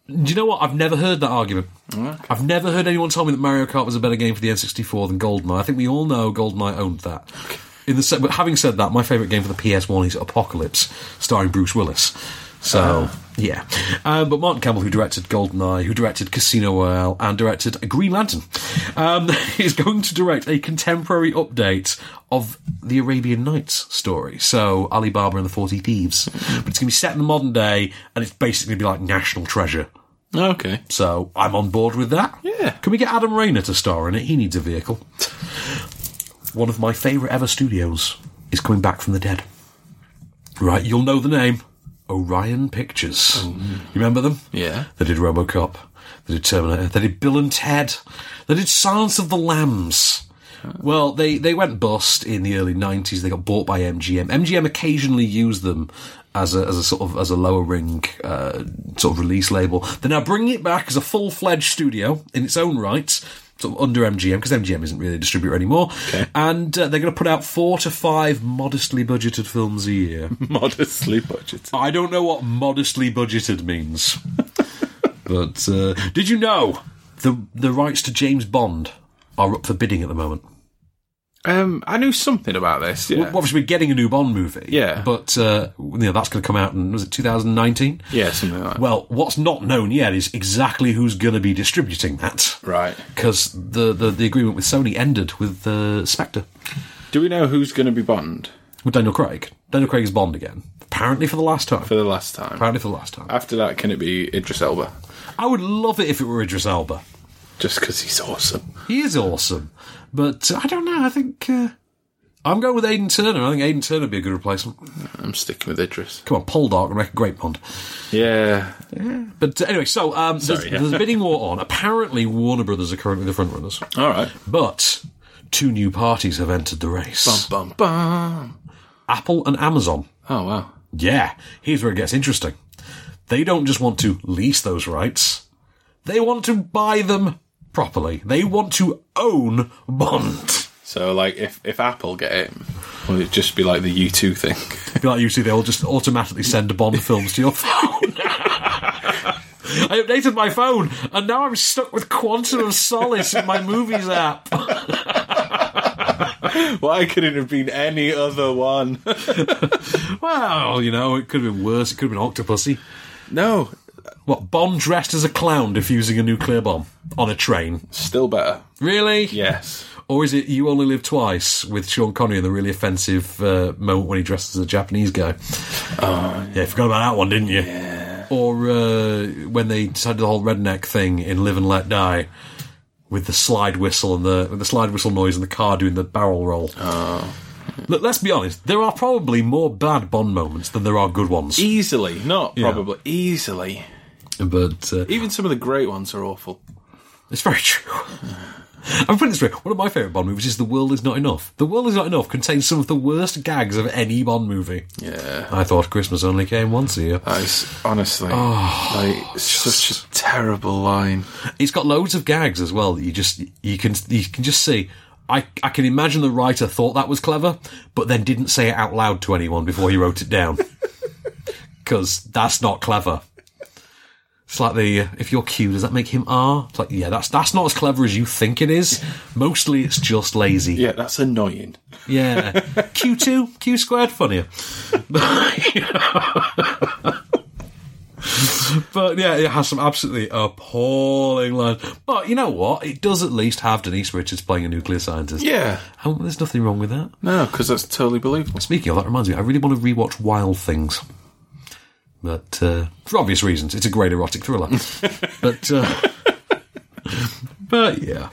A: Do you know what? I've never heard that argument.
B: Okay.
A: I've never heard anyone tell me that Mario Kart was a better game for the N64 than Goldeneye. I think we all know Goldeneye owned that. In the se- but having said that, my favourite game for the PS1 is Apocalypse, starring Bruce Willis. So yeah, um, but Martin Campbell, who directed Goldeneye, who directed Casino Royale, and directed Green Lantern, um, is going to direct a contemporary update of the Arabian Nights story. So Alibaba and the Forty Thieves, but it's going to be set in the modern day, and it's basically going to be like National Treasure.
B: okay.
A: So I'm on board with that.
B: Yeah.
A: Can we get Adam Rayner to star in it? He needs a vehicle. One of my favourite ever studios is coming back from the dead. Right, you'll know the name Orion Pictures. You remember them?
B: Yeah.
A: They did Robocop. They did Terminator. They did Bill and Ted. They did Silence of the Lambs. Well, they, they went bust in the early 90s. They got bought by MGM. MGM occasionally used them as a, as a sort of, as a lower ring, uh, sort of release label. They're now bringing it back as a full fledged studio in its own right, sort of under MGM, because MGM isn't really a distributor anymore. And uh, they're going to put out four to five modestly budgeted films a year.
B: Modestly budgeted.
A: I don't know what modestly budgeted means. but uh, did you know the the rights to James Bond are up for bidding at the moment?
B: Um, I knew something about this. Yeah.
A: Well, Obviously, we're getting a new Bond movie.
B: Yeah.
A: But uh, you know, that's going to come out in, was it 2019?
B: yeah, something like that.
A: Well, what's not known yet is exactly who's going to be distributing that.
B: right.
A: Because the, the, the agreement with Sony ended with uh, Spectre,
B: Do we know who's going to be Bond
A: with Daniel Craig. Daniel Craig is Bond again. Apparently for the last time.
B: for the last time?
A: Apparently for the last time.
B: After that, can it be Idris Elba?
A: I would love it if it were Idris Elba.
B: Just because he's awesome.
A: He is awesome, but uh, I don't know. I think uh, I'm going with Aiden Turner. I think Aiden Turner would be a good replacement.
B: I'm sticking with Idris.
A: Come on, Poldark and make a great Bond.
B: Yeah.
A: But uh, anyway, so um, there's,
B: Sorry, yeah.
A: there's a bidding war on. Apparently, Warner Brothers are currently the front runners,
B: All right.
A: but two new parties have entered the race:
B: Bum bum bum.
A: Apple and Amazon.
B: Oh wow.
A: Yeah, here's where it gets interesting. They don't just want to lease those rights; they want to buy them properly. They want to own Bond.
B: So like, if if Apple get it, will it just be like the U2 thing?
A: If you like you see, they'll just automatically send Bond films to your phone. I updated my phone, and now I'm stuck with Quantum of Solace in my movies app.
B: Why could it have been any other one?
A: Well, you know, it could have been worse. It could have been Octopussy.
B: no,
A: What, Bond dressed as a clown defusing a nuclear bomb on a train?
B: still better.
A: Really?
B: Yes.
A: Or is it You Only Live Twice with Sean Connery in the really offensive uh, moment when he dresses as a Japanese guy? yeah, you forgot about that one, didn't you? Or uh, when they decided the whole redneck thing in Live and Let Die with the slide whistle and the with the slide whistle noise and the car doing the barrel roll. Look, let's be honest. There are probably more bad Bond moments than there are good ones.
B: E- Easily, not probably. Easily.
A: But uh,
B: Even some of the great ones are awful.
A: It's very true. I'm putting it this way. One of my favourite Bond movies is The World Is Not Enough. The World Is Not Enough contains some of the worst gags of any Bond movie.
B: Yeah.
A: I thought Christmas only came once a year.
B: That is honestly like Oh, such a terrible line.
A: It's got loads of gags as well that you just you can you can just see. I I can imagine the writer thought that was clever, but then didn't say it out loud to anyone before he wrote it down. Because that's not clever. It's like the uh, if you're Q, does that make him R? It's like yeah, that's that's not as clever as you think it is. Mostly, it's just lazy.
B: Yeah, that's annoying.
A: Yeah. Q2, Q squared, funnier. but But yeah, it has some absolutely appalling lines. But you know what? It does at least have Denise Richards playing a nuclear scientist.
B: Yeah.
A: And there's nothing wrong with that.
B: No, because that's totally believable.
A: Speaking of, that reminds me, I really want to rewatch Wild Things. But uh, for obvious reasons, it's a great erotic thriller. but uh, but yeah.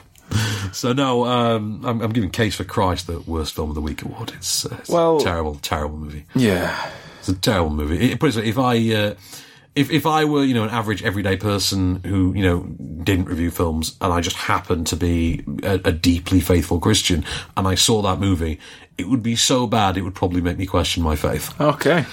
A: So no, um, I'm, I'm giving Case for Christ the worst film of the week award. It's, uh, it's
B: Well-
A: a terrible, terrible movie.
B: Yeah.
A: it's a terrible movie. It, put it this way, if I uh, if if I were you know an average everyday person who you know didn't review films and I just happened to be a, a deeply faithful Christian and I saw that movie, it would be so bad it would probably make me question my faith.
B: Okay.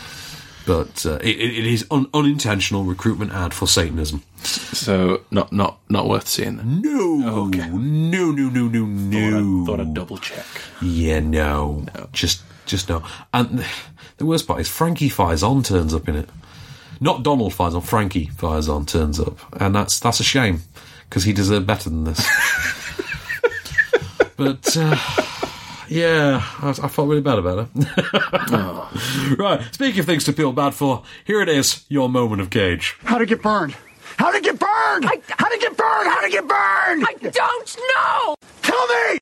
A: But uh, it, it it is un- unintentional recruitment ad for Satanism.
B: So not not not worth seeing then.
A: No, no, no, no, no, no.
B: Thought I'd double check.
A: Yeah, no. Just just no. And the worst part is Frankie Faison turns up in it. Not Donald Faison, Frankie Faison turns up. And that's that's a shame because he deserved better than this. but uh, yeah, I, I felt really bad about it. Right, speaking of things to feel bad for, here it is, your moment of cage.
J: How to get burned? How to get burned? I, how to get burned? How to get burned? I don't know. Tell me.